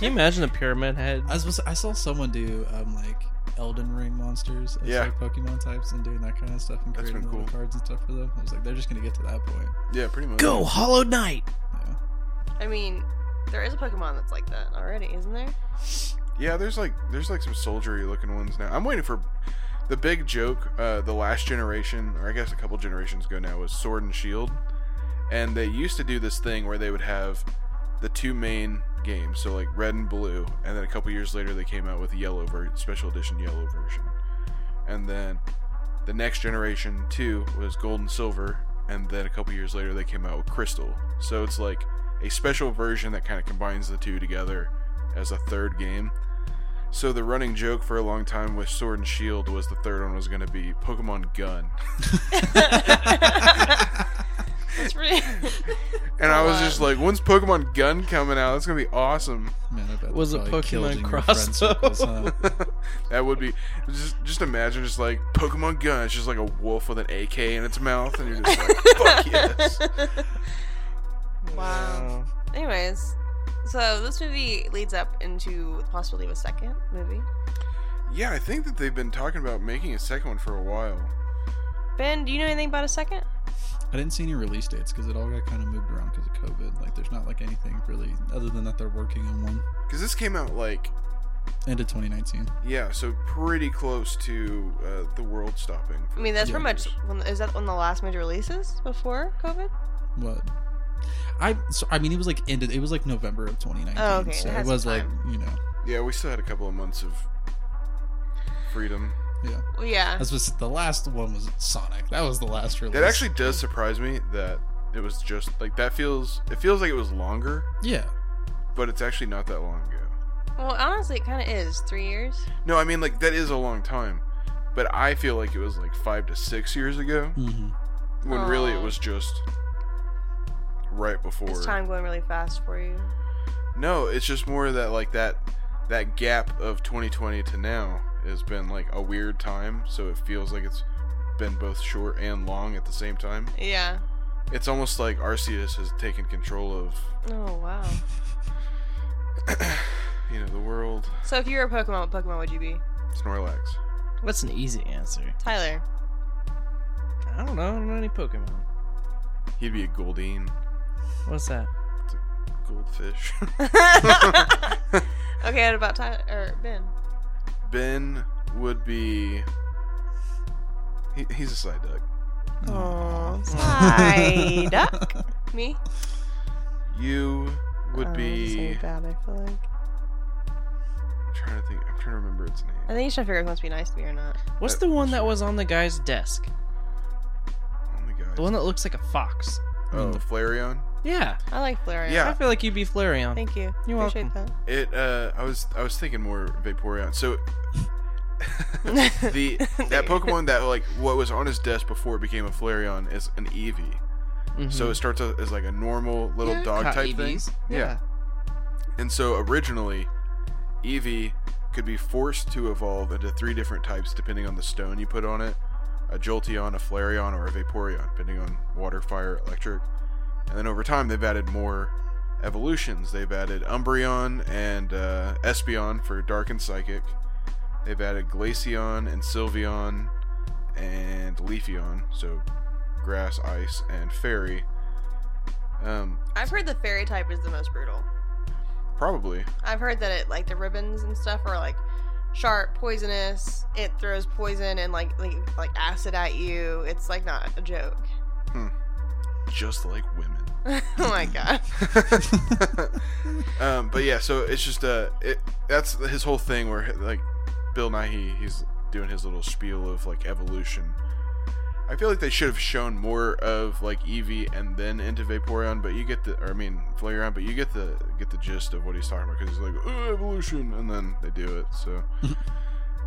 Speaker 4: you imagine a pyramid head?
Speaker 3: I was I saw someone do um like Elden Ring monsters as
Speaker 1: Yeah.
Speaker 3: like Pokemon types and doing that kind of stuff and
Speaker 1: That's
Speaker 3: creating
Speaker 1: been
Speaker 3: little
Speaker 1: cool.
Speaker 3: cards and stuff for them. I was like, they're just gonna get to that point.
Speaker 1: yeah, pretty much.
Speaker 4: Hollow Knight.
Speaker 3: Yeah.
Speaker 2: I mean, there is a Pokemon that's like that already, isn't there?
Speaker 1: Yeah, there's like there's like some soldiery looking ones now. I'm waiting for the big joke. Uh, the last generation, or I guess a couple generations ago now, was Sword and Shield, and they used to do this thing where they would have the two main games, so like Red and Blue, and then a couple years later they came out with the Yellow ver- Special Edition Yellow version, and then the next generation two was Gold and Silver, and then a couple years later they came out with Crystal. So it's like a special version that kind of combines the two together as a third game. So the running joke for a long time with Sword and Shield was the third one was going to be Pokemon Gun,
Speaker 2: It's pretty.
Speaker 1: and I was
Speaker 2: Wow.
Speaker 1: just like, "When's Pokemon Gun coming out? That's going to be awesome."
Speaker 3: Man, I bet
Speaker 4: Was
Speaker 3: they
Speaker 4: it
Speaker 3: probably killed
Speaker 4: Pokemon
Speaker 3: in your friend
Speaker 4: Cross, though?
Speaker 3: circles, huh?
Speaker 1: that would be just just imagine just like Pokemon Gun. It's just like a wolf with an AK in its mouth, and you're just like, "Fuck yes!"
Speaker 2: Wow. Anyways, so this movie leads up into the possibility of a second movie.
Speaker 1: Yeah, I think that they've been talking about making a second one for a while.
Speaker 2: Ben, do you know anything about a second?
Speaker 3: I didn't see any release dates because it all got kind of moved around because of COVID. Like, there's not like anything really other than that they're working on one.
Speaker 1: Because this came out like
Speaker 3: End of 2019.
Speaker 1: yeah, so pretty close to uh, the world stopping.
Speaker 2: I mean, that's
Speaker 3: Yeah,
Speaker 2: pretty much.
Speaker 1: years.
Speaker 2: When, is that one of the last major releases before COVID?
Speaker 3: What? I so I mean it was like ended. It was like November of 2019.
Speaker 2: Oh, okay, it
Speaker 3: So it
Speaker 2: has
Speaker 3: was
Speaker 2: some
Speaker 3: like you know
Speaker 1: Yeah, we still had a couple of months of freedom.
Speaker 2: Well, yeah.
Speaker 3: that's was the last one was Sonic. That was the last release.
Speaker 1: That actually does surprise me that it was just like that feels it feels like it was longer,
Speaker 3: yeah.
Speaker 1: but it's actually not that long ago.
Speaker 2: Well, honestly, it kind of is three years.
Speaker 1: No, I mean like that is a long time, but I feel like it was like 5 to 6 years ago
Speaker 3: hmm
Speaker 1: when really it
Speaker 2: Aw.
Speaker 1: was just right before.
Speaker 2: It's time going really fast for you.
Speaker 1: No, it's just more that like that that gap of 2020 to now has been like a weird time, so it feels like it's been both short and long at the same time.
Speaker 2: Yeah.
Speaker 1: It's almost like Arceus has taken control of,
Speaker 2: Oh wow.
Speaker 1: you know, the world.
Speaker 2: So if you were a Pokemon, what Pokemon would you be?
Speaker 1: Snorlax.
Speaker 4: What's an easy answer?
Speaker 2: Tyler.
Speaker 4: I don't know. I don't know any Pokemon.
Speaker 1: He'd be a Goldeen,
Speaker 4: What's that?
Speaker 1: goldfish.
Speaker 2: okay, what about Tyler or Ben?
Speaker 1: ben would be. He, he's a side duck.
Speaker 2: Oh,
Speaker 3: Aw.
Speaker 2: side duck. Me
Speaker 1: You would
Speaker 2: Oh, this
Speaker 1: be.
Speaker 2: ain't bad. I feel like.
Speaker 1: I'm trying to think. I'm trying to remember its name.
Speaker 2: I think you should figure out if he wants to be nice to me or not.
Speaker 4: What's
Speaker 1: Uh,
Speaker 4: the one that was on the guy's desk?
Speaker 1: oh my god.
Speaker 4: The one that looks like a fox.
Speaker 1: oh, Flareon.
Speaker 4: Yeah.
Speaker 2: I like Flareon.
Speaker 1: Yeah.
Speaker 4: I feel like you'd be Flareon.
Speaker 2: Thank you.
Speaker 4: You're
Speaker 2: Appreciate
Speaker 1: It. Uh, I was. I was thinking more Vaporeon. So
Speaker 2: that.
Speaker 1: the that Pokemon that like what was on his desk before it became a Flareon is an Eevee.
Speaker 4: Mhm.
Speaker 1: So it starts out as like a normal little
Speaker 4: Yeah,
Speaker 1: dog
Speaker 4: caught
Speaker 1: type thing.
Speaker 4: EVs.
Speaker 1: Yeah. And so originally, Eevee could be forced to evolve into three different types depending on the stone you put on it a Jolteon, a Flareon, or a Vaporeon, depending on water, fire, electric. And then over time, they've added more evolutions. They've added Umbreon and uh, Espeon for dark and psychic. They've added Glaceon and Sylveon and Leafeon, so grass, ice, and fairy. Um,
Speaker 2: I've heard the fairy type is the most brutal.
Speaker 1: probably.
Speaker 2: I've heard that it like the ribbons and stuff are like sharp, poisonous. It throws poison and like like, like acid at you. It's like not a joke.
Speaker 1: just like women.
Speaker 2: oh my god.
Speaker 1: um, but yeah, so it's just uh, it that's his whole thing where like Bill Nighy he's doing his little spiel of like evolution, I feel like they should have shown more of like Eevee and then into Vaporeon, but you get the, or I mean Flareon, but you get the get the gist of what he's talking about because he's like "Oh, evolution, and then they do it. So,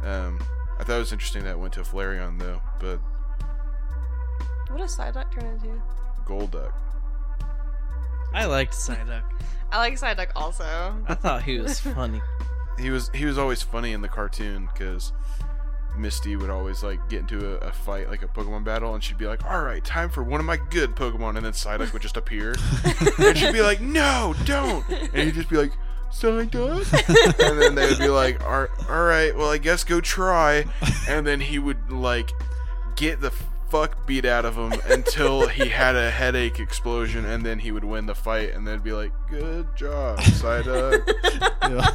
Speaker 1: um, I thought it was interesting that it went to Flareon though, but
Speaker 2: What does Psyduck turn into?
Speaker 1: Golduck.
Speaker 4: I liked Psyduck.
Speaker 2: I like Psyduck also.
Speaker 4: I thought he was funny.
Speaker 1: he was he was always funny in the cartoon because Misty would always like get into a, a fight like a Pokemon battle and she'd be like, "All right, time for one of my good Pokemon," and then Psyduck would just appear and she'd be like, "No, don't," and he'd just be like. Psyduck, and then they would be like, "All all right, well, I guess go try," and then he would like get the fuck beat out of him until he had a headache explosion, and then he would win the fight, and they'd be like, "Good job, Psyduck."
Speaker 3: Yeah.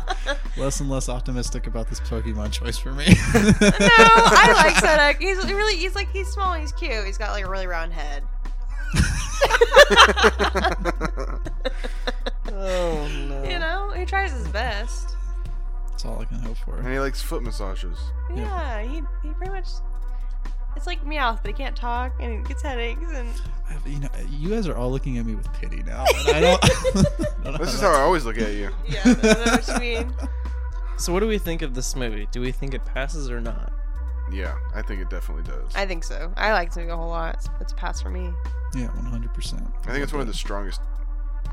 Speaker 3: Less and less optimistic about this Pokemon choice for me.
Speaker 2: No, I like Psyduck. He's really he's like he's small, he's cute, he's got like a really round head.
Speaker 4: oh no.
Speaker 2: You know, he tries his best.
Speaker 3: That's all I can hope
Speaker 1: And
Speaker 3: for.
Speaker 1: he likes foot massages.
Speaker 2: Yeah, he he pretty much it's like Meowth, but he can't talk and he gets headaches and
Speaker 3: I- You know, you guys are all looking at me with pity now. and I don't. I don't know
Speaker 1: This is how
Speaker 3: that-
Speaker 1: I always look at you.
Speaker 2: yeah, I know what you mean.
Speaker 4: So what do we think of this movie? Do we think it passes or not?
Speaker 1: Yeah, I think it definitely does. I,
Speaker 2: I think so. I like this movie a whole lot. It's, it's a pass for me.
Speaker 3: Yeah, one hundred percent.
Speaker 1: think it's one of the strongest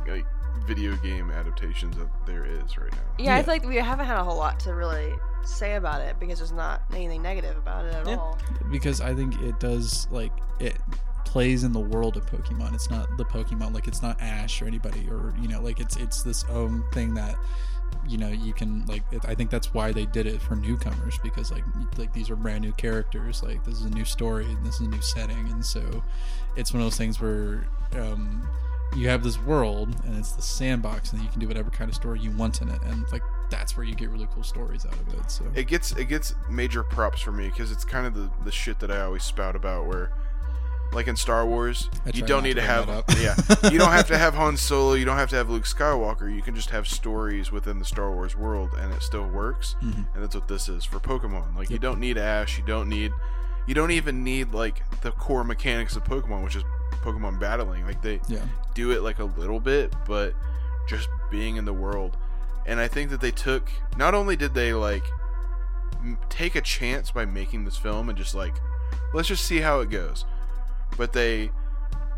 Speaker 1: like video game adaptations that there is right now.
Speaker 2: Yeah, I
Speaker 3: Yeah.
Speaker 2: feel like we haven't had a whole lot to really say about it because there's not anything negative about it at
Speaker 4: Yeah.
Speaker 2: all.
Speaker 3: because I think it does like it plays in the world of Pokemon. It's not the Pokemon like it's not Ash or anybody or you know like it's it's this own thing that you know you can like it, I think that's why they did it for newcomers because like like these are brand new characters like this is a new story and this is a new setting and so it's one of those things where um you have this world and it's the sandbox and you can do whatever kind of story you want in it and like that's where you get really cool stories out of it so
Speaker 1: It gets it gets major props for me because it's kind of the, the shit that I always spout about where like in Star Wars,
Speaker 3: I
Speaker 1: you
Speaker 3: try
Speaker 1: don't
Speaker 3: not
Speaker 1: need
Speaker 3: to
Speaker 1: to
Speaker 3: bring
Speaker 1: have
Speaker 3: that up.
Speaker 1: yeah, you don't have to have Han Solo, you don't have to have Luke Skywalker, you can just have stories within the Star Wars world and it still works.
Speaker 3: Mhm.
Speaker 1: And that's what this is for Pokemon. Like you
Speaker 3: Yep.
Speaker 1: don't need Ash, you don't need you don't even need like the core mechanics of Pokemon, which is Pokemon battling. Like they
Speaker 3: yeah
Speaker 1: do it like a little bit, but just being in the world. And I think that they took not only did they like m- take a chance by making this film and just like let's just see how it goes, but they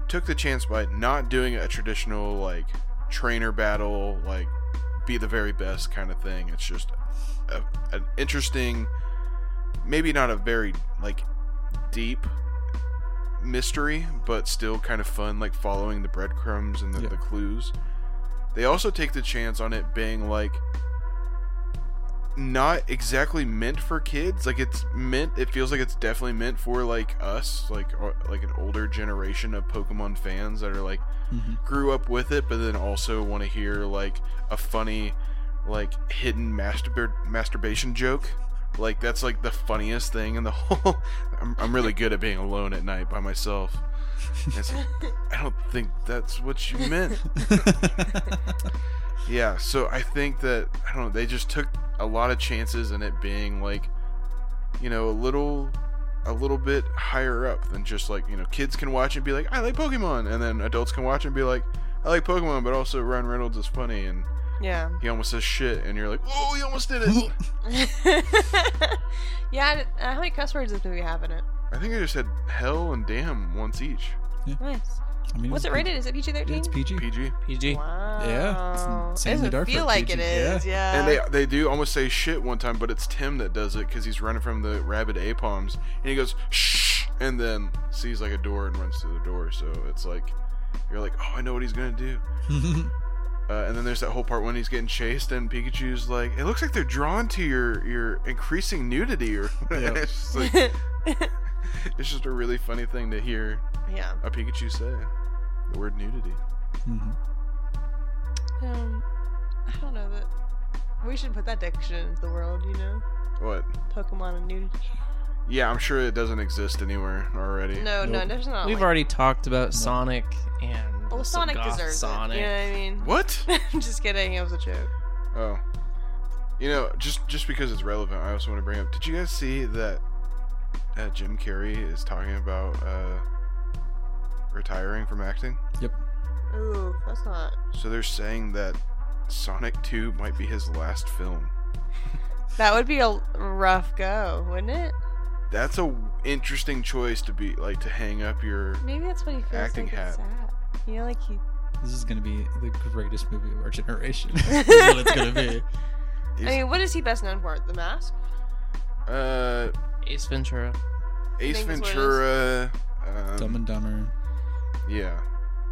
Speaker 1: took the chance by not doing a traditional like trainer battle like be the very best kind of thing. It's just a, an interesting maybe not a very like deep mystery, but still kind of fun, like following the breadcrumbs and the,
Speaker 3: Yeah.
Speaker 1: the clues. They also take the chance on it being like not exactly meant for kids. Like it's meant. It feels like it's definitely meant for like us, like or, like an older generation of Pokemon fans that are like
Speaker 3: hmm
Speaker 1: grew up with it, but then also want to hear like a funny, like hidden masturb- masturbation joke. Like that's like the funniest thing in the whole. I'm, I'm really good at being alone at night by myself. It's like, I don't think that's what you meant.
Speaker 3: Mm-hmm.
Speaker 1: Yeah, so I think that I don't know. They just took a lot of chances in it being like, you know, a little, a little bit higher up than just like you know, kids can watch and be like, I like Pokemon, and then adults can watch and be like, I like Pokemon, but also Ryan Reynolds is funny and
Speaker 2: Yeah.
Speaker 1: he almost says shit, and you're like, oh, he almost did it.
Speaker 2: yeah. Uh, how many cuss words does this movie have in it?
Speaker 1: I think I just said hell and damn once each.
Speaker 2: Nice.
Speaker 3: I mean,
Speaker 2: What's it
Speaker 3: was-
Speaker 2: rated? Is it PG thirteen?
Speaker 3: It's PG.
Speaker 1: PG.
Speaker 4: PG.
Speaker 2: Wow.
Speaker 3: Yeah, it's
Speaker 2: It
Speaker 3: insanely
Speaker 2: doesn't
Speaker 3: dark for
Speaker 2: feel
Speaker 3: a
Speaker 2: like
Speaker 3: PG.
Speaker 2: it is. Yeah.
Speaker 1: And they they do almost say shit one time, but it's Tim that does it because he's running from the rabid apoms, and he goes shh, and then sees like a door and runs to the door. So it's like you're like, oh, I know what he's gonna do. Uh, and then there's that whole part when he's getting chased, and Pikachu's like, it looks like they're drawn to your your increasing nudity, or
Speaker 3: Yep.
Speaker 1: it's just like, it's just a really funny thing to hear
Speaker 2: yeah.
Speaker 1: a Pikachu say the word nudity.
Speaker 3: Mhm.
Speaker 2: Um, I don't know that. We should put that diction into the world. You know,
Speaker 1: What?
Speaker 2: Pokemon and nudity.
Speaker 1: Yeah, I'm sure it doesn't exist anywhere already.
Speaker 2: No, no,
Speaker 3: Nope.
Speaker 2: there's not.
Speaker 4: We've
Speaker 2: like-
Speaker 4: already talked about Sonic and
Speaker 2: Oh Well,
Speaker 4: the
Speaker 2: Sonic
Speaker 4: goth
Speaker 2: deserves
Speaker 4: Sonic.
Speaker 2: it. You know what I mean?
Speaker 1: What?
Speaker 2: I'm just kidding. It was a joke.
Speaker 1: Oh, you know, just just because it's relevant, I also want to bring up. Did you guys see that uh, Jim Carrey is talking about uh, retiring from acting.
Speaker 2: Ooh, that's not.
Speaker 1: So they're saying that Sonic 2 might be his last film.
Speaker 2: That would be a rough go, wouldn't it?
Speaker 1: That's a w- interesting choice to be like to hang up your.
Speaker 2: Maybe that's what he feels
Speaker 1: Acting
Speaker 2: like it's at. You know, like he.
Speaker 3: This is gonna be the greatest movie of our generation. This is what it's gonna be.
Speaker 1: Is-
Speaker 2: I mean, what is he best known for? The Mask.
Speaker 1: Uh,
Speaker 4: Ace Ventura.
Speaker 1: Ace
Speaker 2: think that's what it is.
Speaker 1: Ventura.
Speaker 3: Dumb
Speaker 1: Um,
Speaker 3: and Dumber.
Speaker 1: yeah,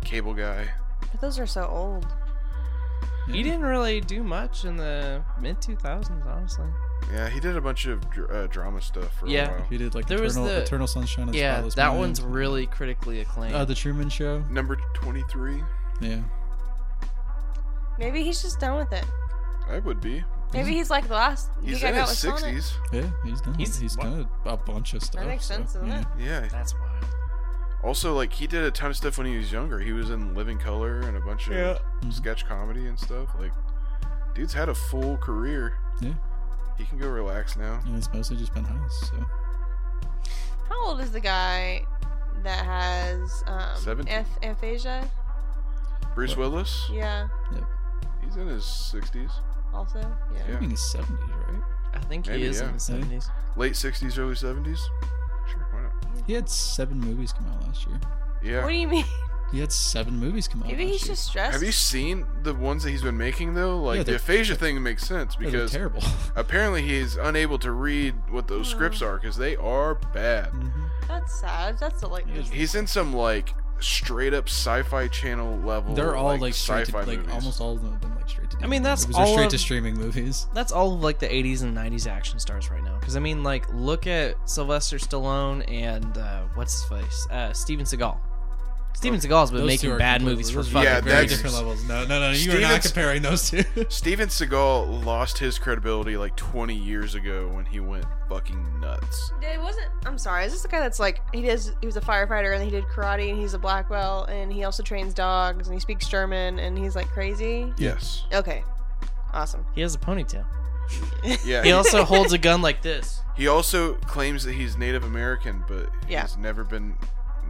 Speaker 1: Cable Guy.
Speaker 2: But those are so old.
Speaker 3: Yeah.
Speaker 4: He didn't really do much in the mid 2000s, honestly.
Speaker 1: Yeah, he did a bunch of dr- uh, drama stuff for
Speaker 4: Yeah.
Speaker 1: a while.
Speaker 3: He did like
Speaker 4: There was
Speaker 3: Eternal,
Speaker 4: the-
Speaker 3: Eternal Sunshine of the
Speaker 4: Yeah,
Speaker 3: Spotless
Speaker 4: that
Speaker 3: Mind.
Speaker 4: one's really critically acclaimed.
Speaker 3: Uh, the Truman Show.
Speaker 1: Number 23,
Speaker 3: Yeah.
Speaker 2: Maybe he's just done with it.
Speaker 1: I would be.
Speaker 2: Maybe he's like the last
Speaker 1: He's
Speaker 2: gig I
Speaker 1: in
Speaker 2: got
Speaker 1: his
Speaker 2: with
Speaker 1: 60s.
Speaker 2: Sonic.
Speaker 3: Yeah, he's done. He's,
Speaker 4: He's-
Speaker 3: he's
Speaker 4: what?
Speaker 3: done a bunch of stuff.
Speaker 2: makes
Speaker 3: so,
Speaker 2: sense, doesn't
Speaker 3: yeah.
Speaker 2: it?
Speaker 1: Yeah.
Speaker 4: That's wild.
Speaker 1: Also, like he did a ton of stuff when he was younger. He was in Living Color and a bunch of
Speaker 3: Mhm.
Speaker 1: sketch comedy and stuff. Like, dude's had a full career.
Speaker 3: Yeah.
Speaker 1: He can go relax now.
Speaker 3: And it's mostly just been house. So
Speaker 2: How old is the guy that has um,
Speaker 1: Seventy.
Speaker 2: ath- aphasia?
Speaker 1: Bruce
Speaker 3: Well-
Speaker 1: Willis,
Speaker 2: Yeah.
Speaker 1: he's in his 60s,
Speaker 2: Also. Yeah.
Speaker 1: Yeah.
Speaker 3: I think he's seventies, right?
Speaker 4: I think he
Speaker 1: Maybe,
Speaker 4: is
Speaker 1: yeah.
Speaker 4: in the 70s.
Speaker 1: late 60s, early 70s. Sure, why not?
Speaker 3: He had seven movies come out last year.
Speaker 2: What
Speaker 1: Yeah.
Speaker 2: do you mean?
Speaker 3: He had seven movies come out.
Speaker 2: Maybe
Speaker 3: last
Speaker 2: he's
Speaker 3: year.
Speaker 2: just stressed.
Speaker 1: Have you seen the ones that he's been making though? Like the
Speaker 3: they're-
Speaker 1: aphasia thing makes sense
Speaker 3: Yeah, they're
Speaker 1: because
Speaker 3: terrible.
Speaker 1: apparently he's unable to read what those scripts
Speaker 2: Hmm.
Speaker 1: are because they are bad.
Speaker 3: Mhm.
Speaker 2: That's sad. That's a, like.
Speaker 3: Yeah.
Speaker 1: He's in some like straight up sci-fi channel level.
Speaker 3: They're all like, straight to,
Speaker 1: sci-fi
Speaker 3: like
Speaker 1: movies.
Speaker 3: almost all of them have been like straight to.
Speaker 4: I mean,
Speaker 3: DVD
Speaker 4: that's
Speaker 3: movies or
Speaker 4: all
Speaker 3: straight
Speaker 4: of-
Speaker 3: to streaming movies.
Speaker 4: That's all of like the 80s and 90s action stars right now. Because I mean, like, look at Sylvester Stallone and uh, what's his face, uh, Steven Seagal. Steven Seagal's been
Speaker 3: Those two
Speaker 4: making
Speaker 3: are
Speaker 4: bad
Speaker 3: completely-
Speaker 4: movies for
Speaker 3: those are
Speaker 4: fucking
Speaker 1: Yeah,
Speaker 3: very
Speaker 1: that's-
Speaker 4: years.
Speaker 3: different levels. No, no, no. You are not
Speaker 1: Steven's-
Speaker 3: comparing those two.
Speaker 1: Steven Seagal lost his credibility like 20 years ago when he went fucking nuts.
Speaker 2: It wasn't. I'm sorry. Is this the guy that's like he does? He was a firefighter and he did karate and he's a black belt and he also trains dogs and he speaks German and he's like crazy.
Speaker 1: Yes.
Speaker 2: Okay, awesome.
Speaker 4: He has a ponytail.
Speaker 1: Yeah.
Speaker 4: He
Speaker 1: He,
Speaker 4: also holds a gun like this.
Speaker 1: he also claims that he's Native American, but
Speaker 2: Yeah.
Speaker 1: he's never been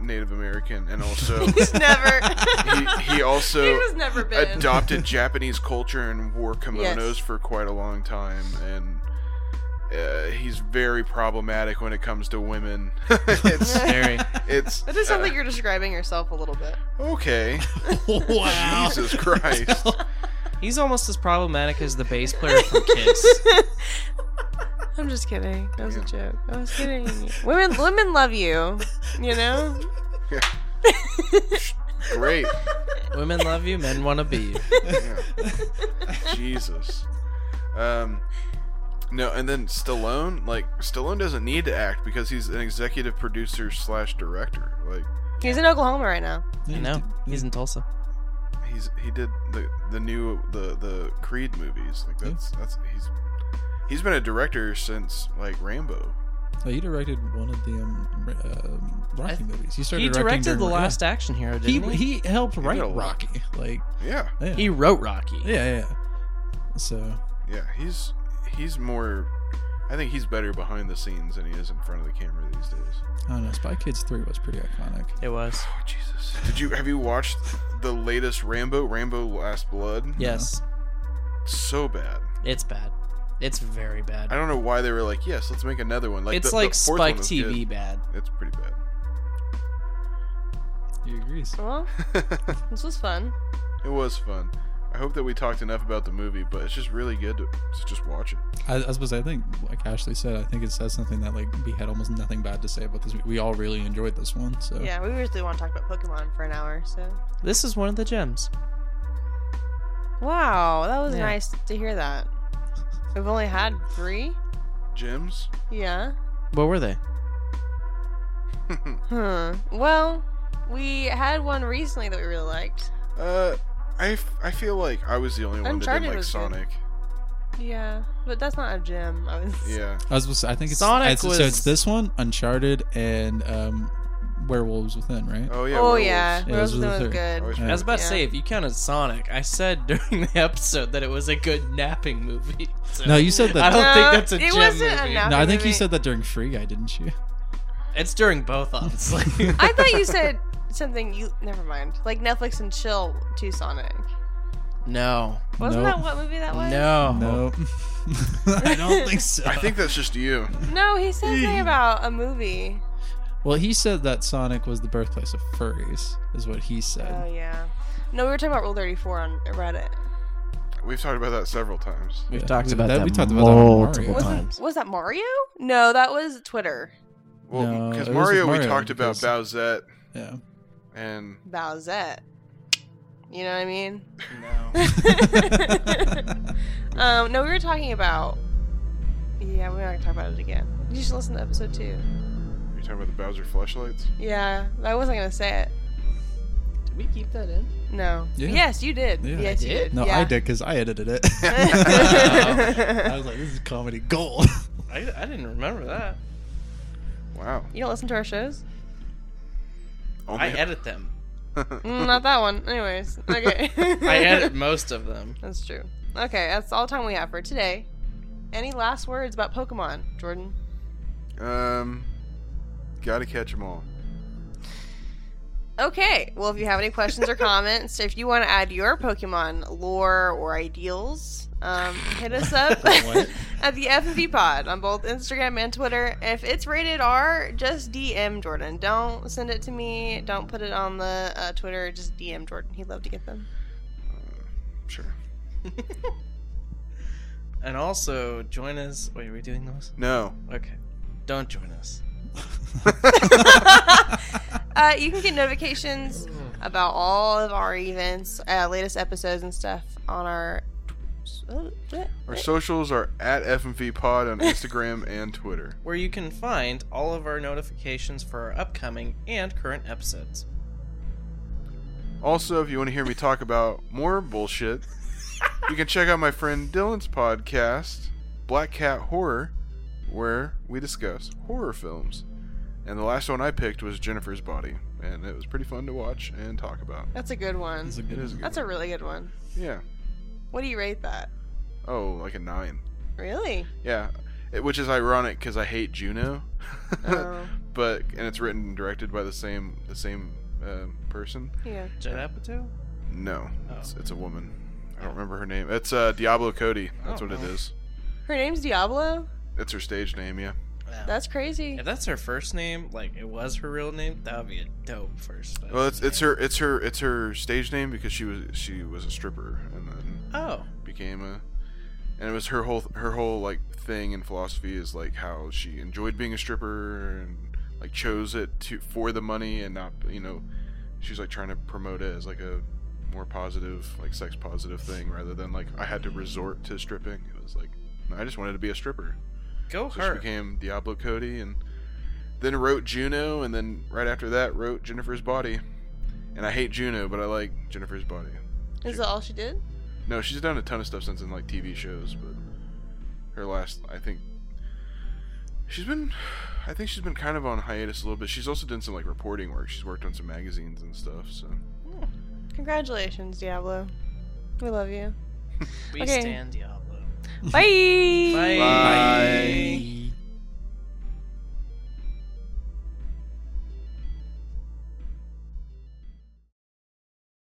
Speaker 1: Native American, and also
Speaker 2: He's never.
Speaker 1: he, he
Speaker 2: he
Speaker 1: also
Speaker 2: was never been.
Speaker 1: adopted Japanese culture and wore kimonos
Speaker 2: Yes.
Speaker 1: for quite a long time, and. Uh, he's very problematic when it comes to women. it's
Speaker 4: Very.
Speaker 1: it's
Speaker 2: that does sound
Speaker 1: uh,
Speaker 2: like you're describing yourself a little bit.
Speaker 1: okay.
Speaker 3: wow.
Speaker 1: Jesus Christ.
Speaker 4: He's almost as problematic as the bass player from Kiss.
Speaker 2: I'm just kidding. That was a joke. I was kidding. women, women love you. You know.
Speaker 1: Great.
Speaker 4: Women love you, men want to be you.
Speaker 1: Yeah. Jesus. Um, no, and then Stallone, like Stallone doesn't need to act because he's an executive producer slash director. Like
Speaker 2: He's in Oklahoma right now.
Speaker 4: You know, he's in Tulsa.
Speaker 1: he's he did the the new the the Creed movies. Like that's that's he's he's been a director since like Rambo.
Speaker 3: Oh, he directed one of the um, Ra- um, Rocky
Speaker 4: I-
Speaker 3: movies. He started
Speaker 4: He
Speaker 3: directing
Speaker 4: directed
Speaker 3: during-
Speaker 4: the
Speaker 3: yeah.
Speaker 4: last action hero,
Speaker 3: He,
Speaker 4: didn't he?
Speaker 3: he helped
Speaker 1: did
Speaker 3: write
Speaker 1: a lot.
Speaker 3: Rocky. Like
Speaker 1: Yeah,
Speaker 3: yeah.
Speaker 4: He wrote Rocky.
Speaker 3: yeah, yeah, yeah. So
Speaker 1: yeah. He's he's more. I think he's better behind the scenes than he is in front of the camera these days.
Speaker 3: I don't know. Spy Kids Three was pretty iconic.
Speaker 4: It was.
Speaker 1: Oh Jesus! Did you have you watched the latest Rambo? Rambo Last Blood.
Speaker 4: Yes.
Speaker 1: So bad.
Speaker 4: It's bad. It's very bad.
Speaker 1: I don't know why they were like, yes, let's make another one. Like
Speaker 4: it's
Speaker 1: the- the
Speaker 4: like
Speaker 1: fourth one
Speaker 4: Spike
Speaker 1: was
Speaker 4: TV
Speaker 1: good.
Speaker 4: bad.
Speaker 1: It's pretty
Speaker 3: He agrees.
Speaker 2: Well,
Speaker 1: bad.
Speaker 2: this was fun.
Speaker 1: it was fun. I hope that we talked enough about the movie, but it's just really good to, to just watch it.
Speaker 3: I, I suppose I think, like Ashley said, I think it says something that like we had almost nothing bad to say about this. We all really enjoyed this one. So
Speaker 2: Yeah, we usually want to talk about Pokemon for an hour, so.
Speaker 4: This is one of the gems.
Speaker 2: Wow, that was
Speaker 4: Yeah.
Speaker 2: nice to hear that. We've only had three.
Speaker 1: Gems.
Speaker 2: Yeah.
Speaker 4: What were they?
Speaker 2: Hmm. Well, we had one recently that we really liked.
Speaker 1: uh, I, f- I feel like I was the only one
Speaker 2: Uncharted
Speaker 1: that didn't like
Speaker 2: was good.
Speaker 1: Sonic.
Speaker 2: Yeah, but that's not a gym. I was.
Speaker 1: Yeah.
Speaker 3: I was. supposed to- I think it's
Speaker 4: Sonic
Speaker 3: it's- So it's
Speaker 4: was-
Speaker 3: this one, Uncharted, and um, Werewolves Within, right?
Speaker 1: Oh yeah.
Speaker 2: oh
Speaker 1: werewolves.
Speaker 2: yeah,
Speaker 3: Yeah,
Speaker 2: Rose
Speaker 3: those
Speaker 2: was,
Speaker 3: were the
Speaker 1: I
Speaker 2: good.
Speaker 1: always
Speaker 3: Yeah.
Speaker 4: I was about to
Speaker 2: Yeah.
Speaker 4: say, if you counted Sonic, I said during the episode that it was a good napping movie. So
Speaker 3: No, you said
Speaker 4: I
Speaker 3: that.
Speaker 4: don't
Speaker 2: No,
Speaker 4: think that's a
Speaker 2: it
Speaker 4: gem
Speaker 2: wasn't
Speaker 4: movie.
Speaker 2: enough.
Speaker 3: No, I
Speaker 2: Happy
Speaker 3: think you
Speaker 2: movie.
Speaker 3: said that during Free Guy, didn't you?
Speaker 4: It's during both, honestly.
Speaker 2: I thought you said something you never mind. Like Netflix and chill to Sonic.
Speaker 4: no,
Speaker 2: Wasn't
Speaker 3: Nope.
Speaker 2: that what movie that was?
Speaker 4: no,
Speaker 3: Nope. I don't think so.
Speaker 1: I think that's just you.
Speaker 2: No, he said something about a movie.
Speaker 3: Well, he said that Sonic was the birthplace of furries, is what he
Speaker 2: Oh
Speaker 3: said.
Speaker 2: yeah. No, we were talking about Rule 34 on Reddit.
Speaker 1: We've talked about that several times.
Speaker 4: We've
Speaker 3: Yeah,
Speaker 4: talked
Speaker 3: we-
Speaker 4: about
Speaker 3: that-
Speaker 4: that.
Speaker 3: we talked about that on
Speaker 4: multiple
Speaker 3: Mario.
Speaker 2: Wasn't
Speaker 4: times.
Speaker 2: was that Mario? No, that was Twitter.
Speaker 1: Well,
Speaker 3: No,
Speaker 1: because
Speaker 3: it was with
Speaker 1: Mario, we
Speaker 3: Mario,
Speaker 1: talked about
Speaker 3: because-
Speaker 1: Bowsette
Speaker 4: Oh,
Speaker 3: Yeah.
Speaker 1: and
Speaker 2: Bowsette. You know what I mean?
Speaker 4: No.
Speaker 2: um, no, we were talking about. Yeah, we're not gonna talk about it again. You should listen to episode two.
Speaker 1: you're talking about the Bowser flashlights.
Speaker 2: Yeah, I wasn't gonna say it.
Speaker 4: Did we keep that in?
Speaker 2: No.
Speaker 3: Yeah.
Speaker 2: Yes, you did.
Speaker 3: Yeah.
Speaker 2: Yes,
Speaker 4: I
Speaker 2: you
Speaker 4: did?
Speaker 2: did.
Speaker 3: No,
Speaker 2: yeah.
Speaker 3: I did because I edited it. I was like, this is comedy gold.
Speaker 4: I, I didn't remember that.
Speaker 1: Wow.
Speaker 2: you don't listen to our shows?
Speaker 4: I
Speaker 1: Only
Speaker 4: edit them.
Speaker 2: Mm, not that one. Anyways, okay.
Speaker 4: I edit most of them.
Speaker 2: That's true. Okay, that's all the time we have for today. Any last words about Pokemon, Jordan?
Speaker 1: um, gotta catch them all.
Speaker 2: Okay. Well, if you have any questions or comments, if you want to add your Pokemon lore or ideals, um, hit us up
Speaker 3: What?
Speaker 2: at the FNV Pod on both Instagram and Twitter. If it's rated R, just DM Jordan. Don't send it to me. Don't put it on the uh, Twitter. Just DM Jordan. He'd love to get them.
Speaker 1: Sure.
Speaker 4: And also join us. Wait, are we doing those?
Speaker 1: No.
Speaker 4: Okay. Don't join us.
Speaker 2: Uh, you can get
Speaker 4: Hmm.
Speaker 2: notifications about all of our events, uh, latest episodes, and stuff on our.
Speaker 1: Our socials are at FMV Pod on Instagram and Twitter.
Speaker 4: Where you can find all of our notifications for our upcoming and current episodes.
Speaker 1: Also, if you want to hear me talk about more bullshit, you can check out my friend Dylan's podcast, Black Cat Horror, where we discuss horror films. And the last one I picked was Jennifer's Body, and it was pretty fun to watch and talk about.
Speaker 2: That's a good one.
Speaker 3: That's a
Speaker 1: It
Speaker 3: good
Speaker 1: is a
Speaker 3: one.
Speaker 1: good
Speaker 2: That's a really good one.
Speaker 1: Yeah.
Speaker 2: What do you rate that?
Speaker 1: Oh, like a nine.
Speaker 2: Really?
Speaker 1: Yeah. It- which is ironic because I hate Juno,
Speaker 2: Oh,
Speaker 1: but and it's written and directed by the same the same um person.
Speaker 2: yeah.
Speaker 4: Jed Apatow?
Speaker 1: No,
Speaker 4: Oh.
Speaker 1: it's, it's a woman. I don't remember her name. It's uh, Diablo Cody. That's
Speaker 4: Oh.
Speaker 1: what it is.
Speaker 2: Her name's Diablo.
Speaker 1: It's her stage name. Yeah.
Speaker 4: Wow.
Speaker 2: That's crazy.
Speaker 4: If that's her first name, like it was her real name, that would be a dope first.
Speaker 1: Well, it's it's her it's her it's her stage name because she was she was a stripper and then
Speaker 4: Oh,
Speaker 1: became a, and it was her whole her whole like thing and philosophy is like how she enjoyed being a stripper and like chose it to for the money and not you know, she's like trying to promote it as like a more positive like sex positive thing rather than like I had to resort to stripping. It was like I just wanted to be a stripper.
Speaker 4: go
Speaker 1: So
Speaker 4: Oh, her.
Speaker 1: she became Diablo Cody and then wrote Juno and then right after that wrote Jennifer's Body. And I hate Juno, but I like Jennifer's Body.
Speaker 2: Is that all she did?
Speaker 1: No, she's done a ton of stuff since in like TV shows, but her last I think she's been I think she's been kind of on hiatus a little bit. She's also done some like reporting work. She's worked on some magazines and stuff, so
Speaker 2: Congratulations, Diablo. We love you.
Speaker 4: we
Speaker 2: okay.
Speaker 4: stand Diablo.
Speaker 2: Bye.
Speaker 4: Bye.
Speaker 1: Bye.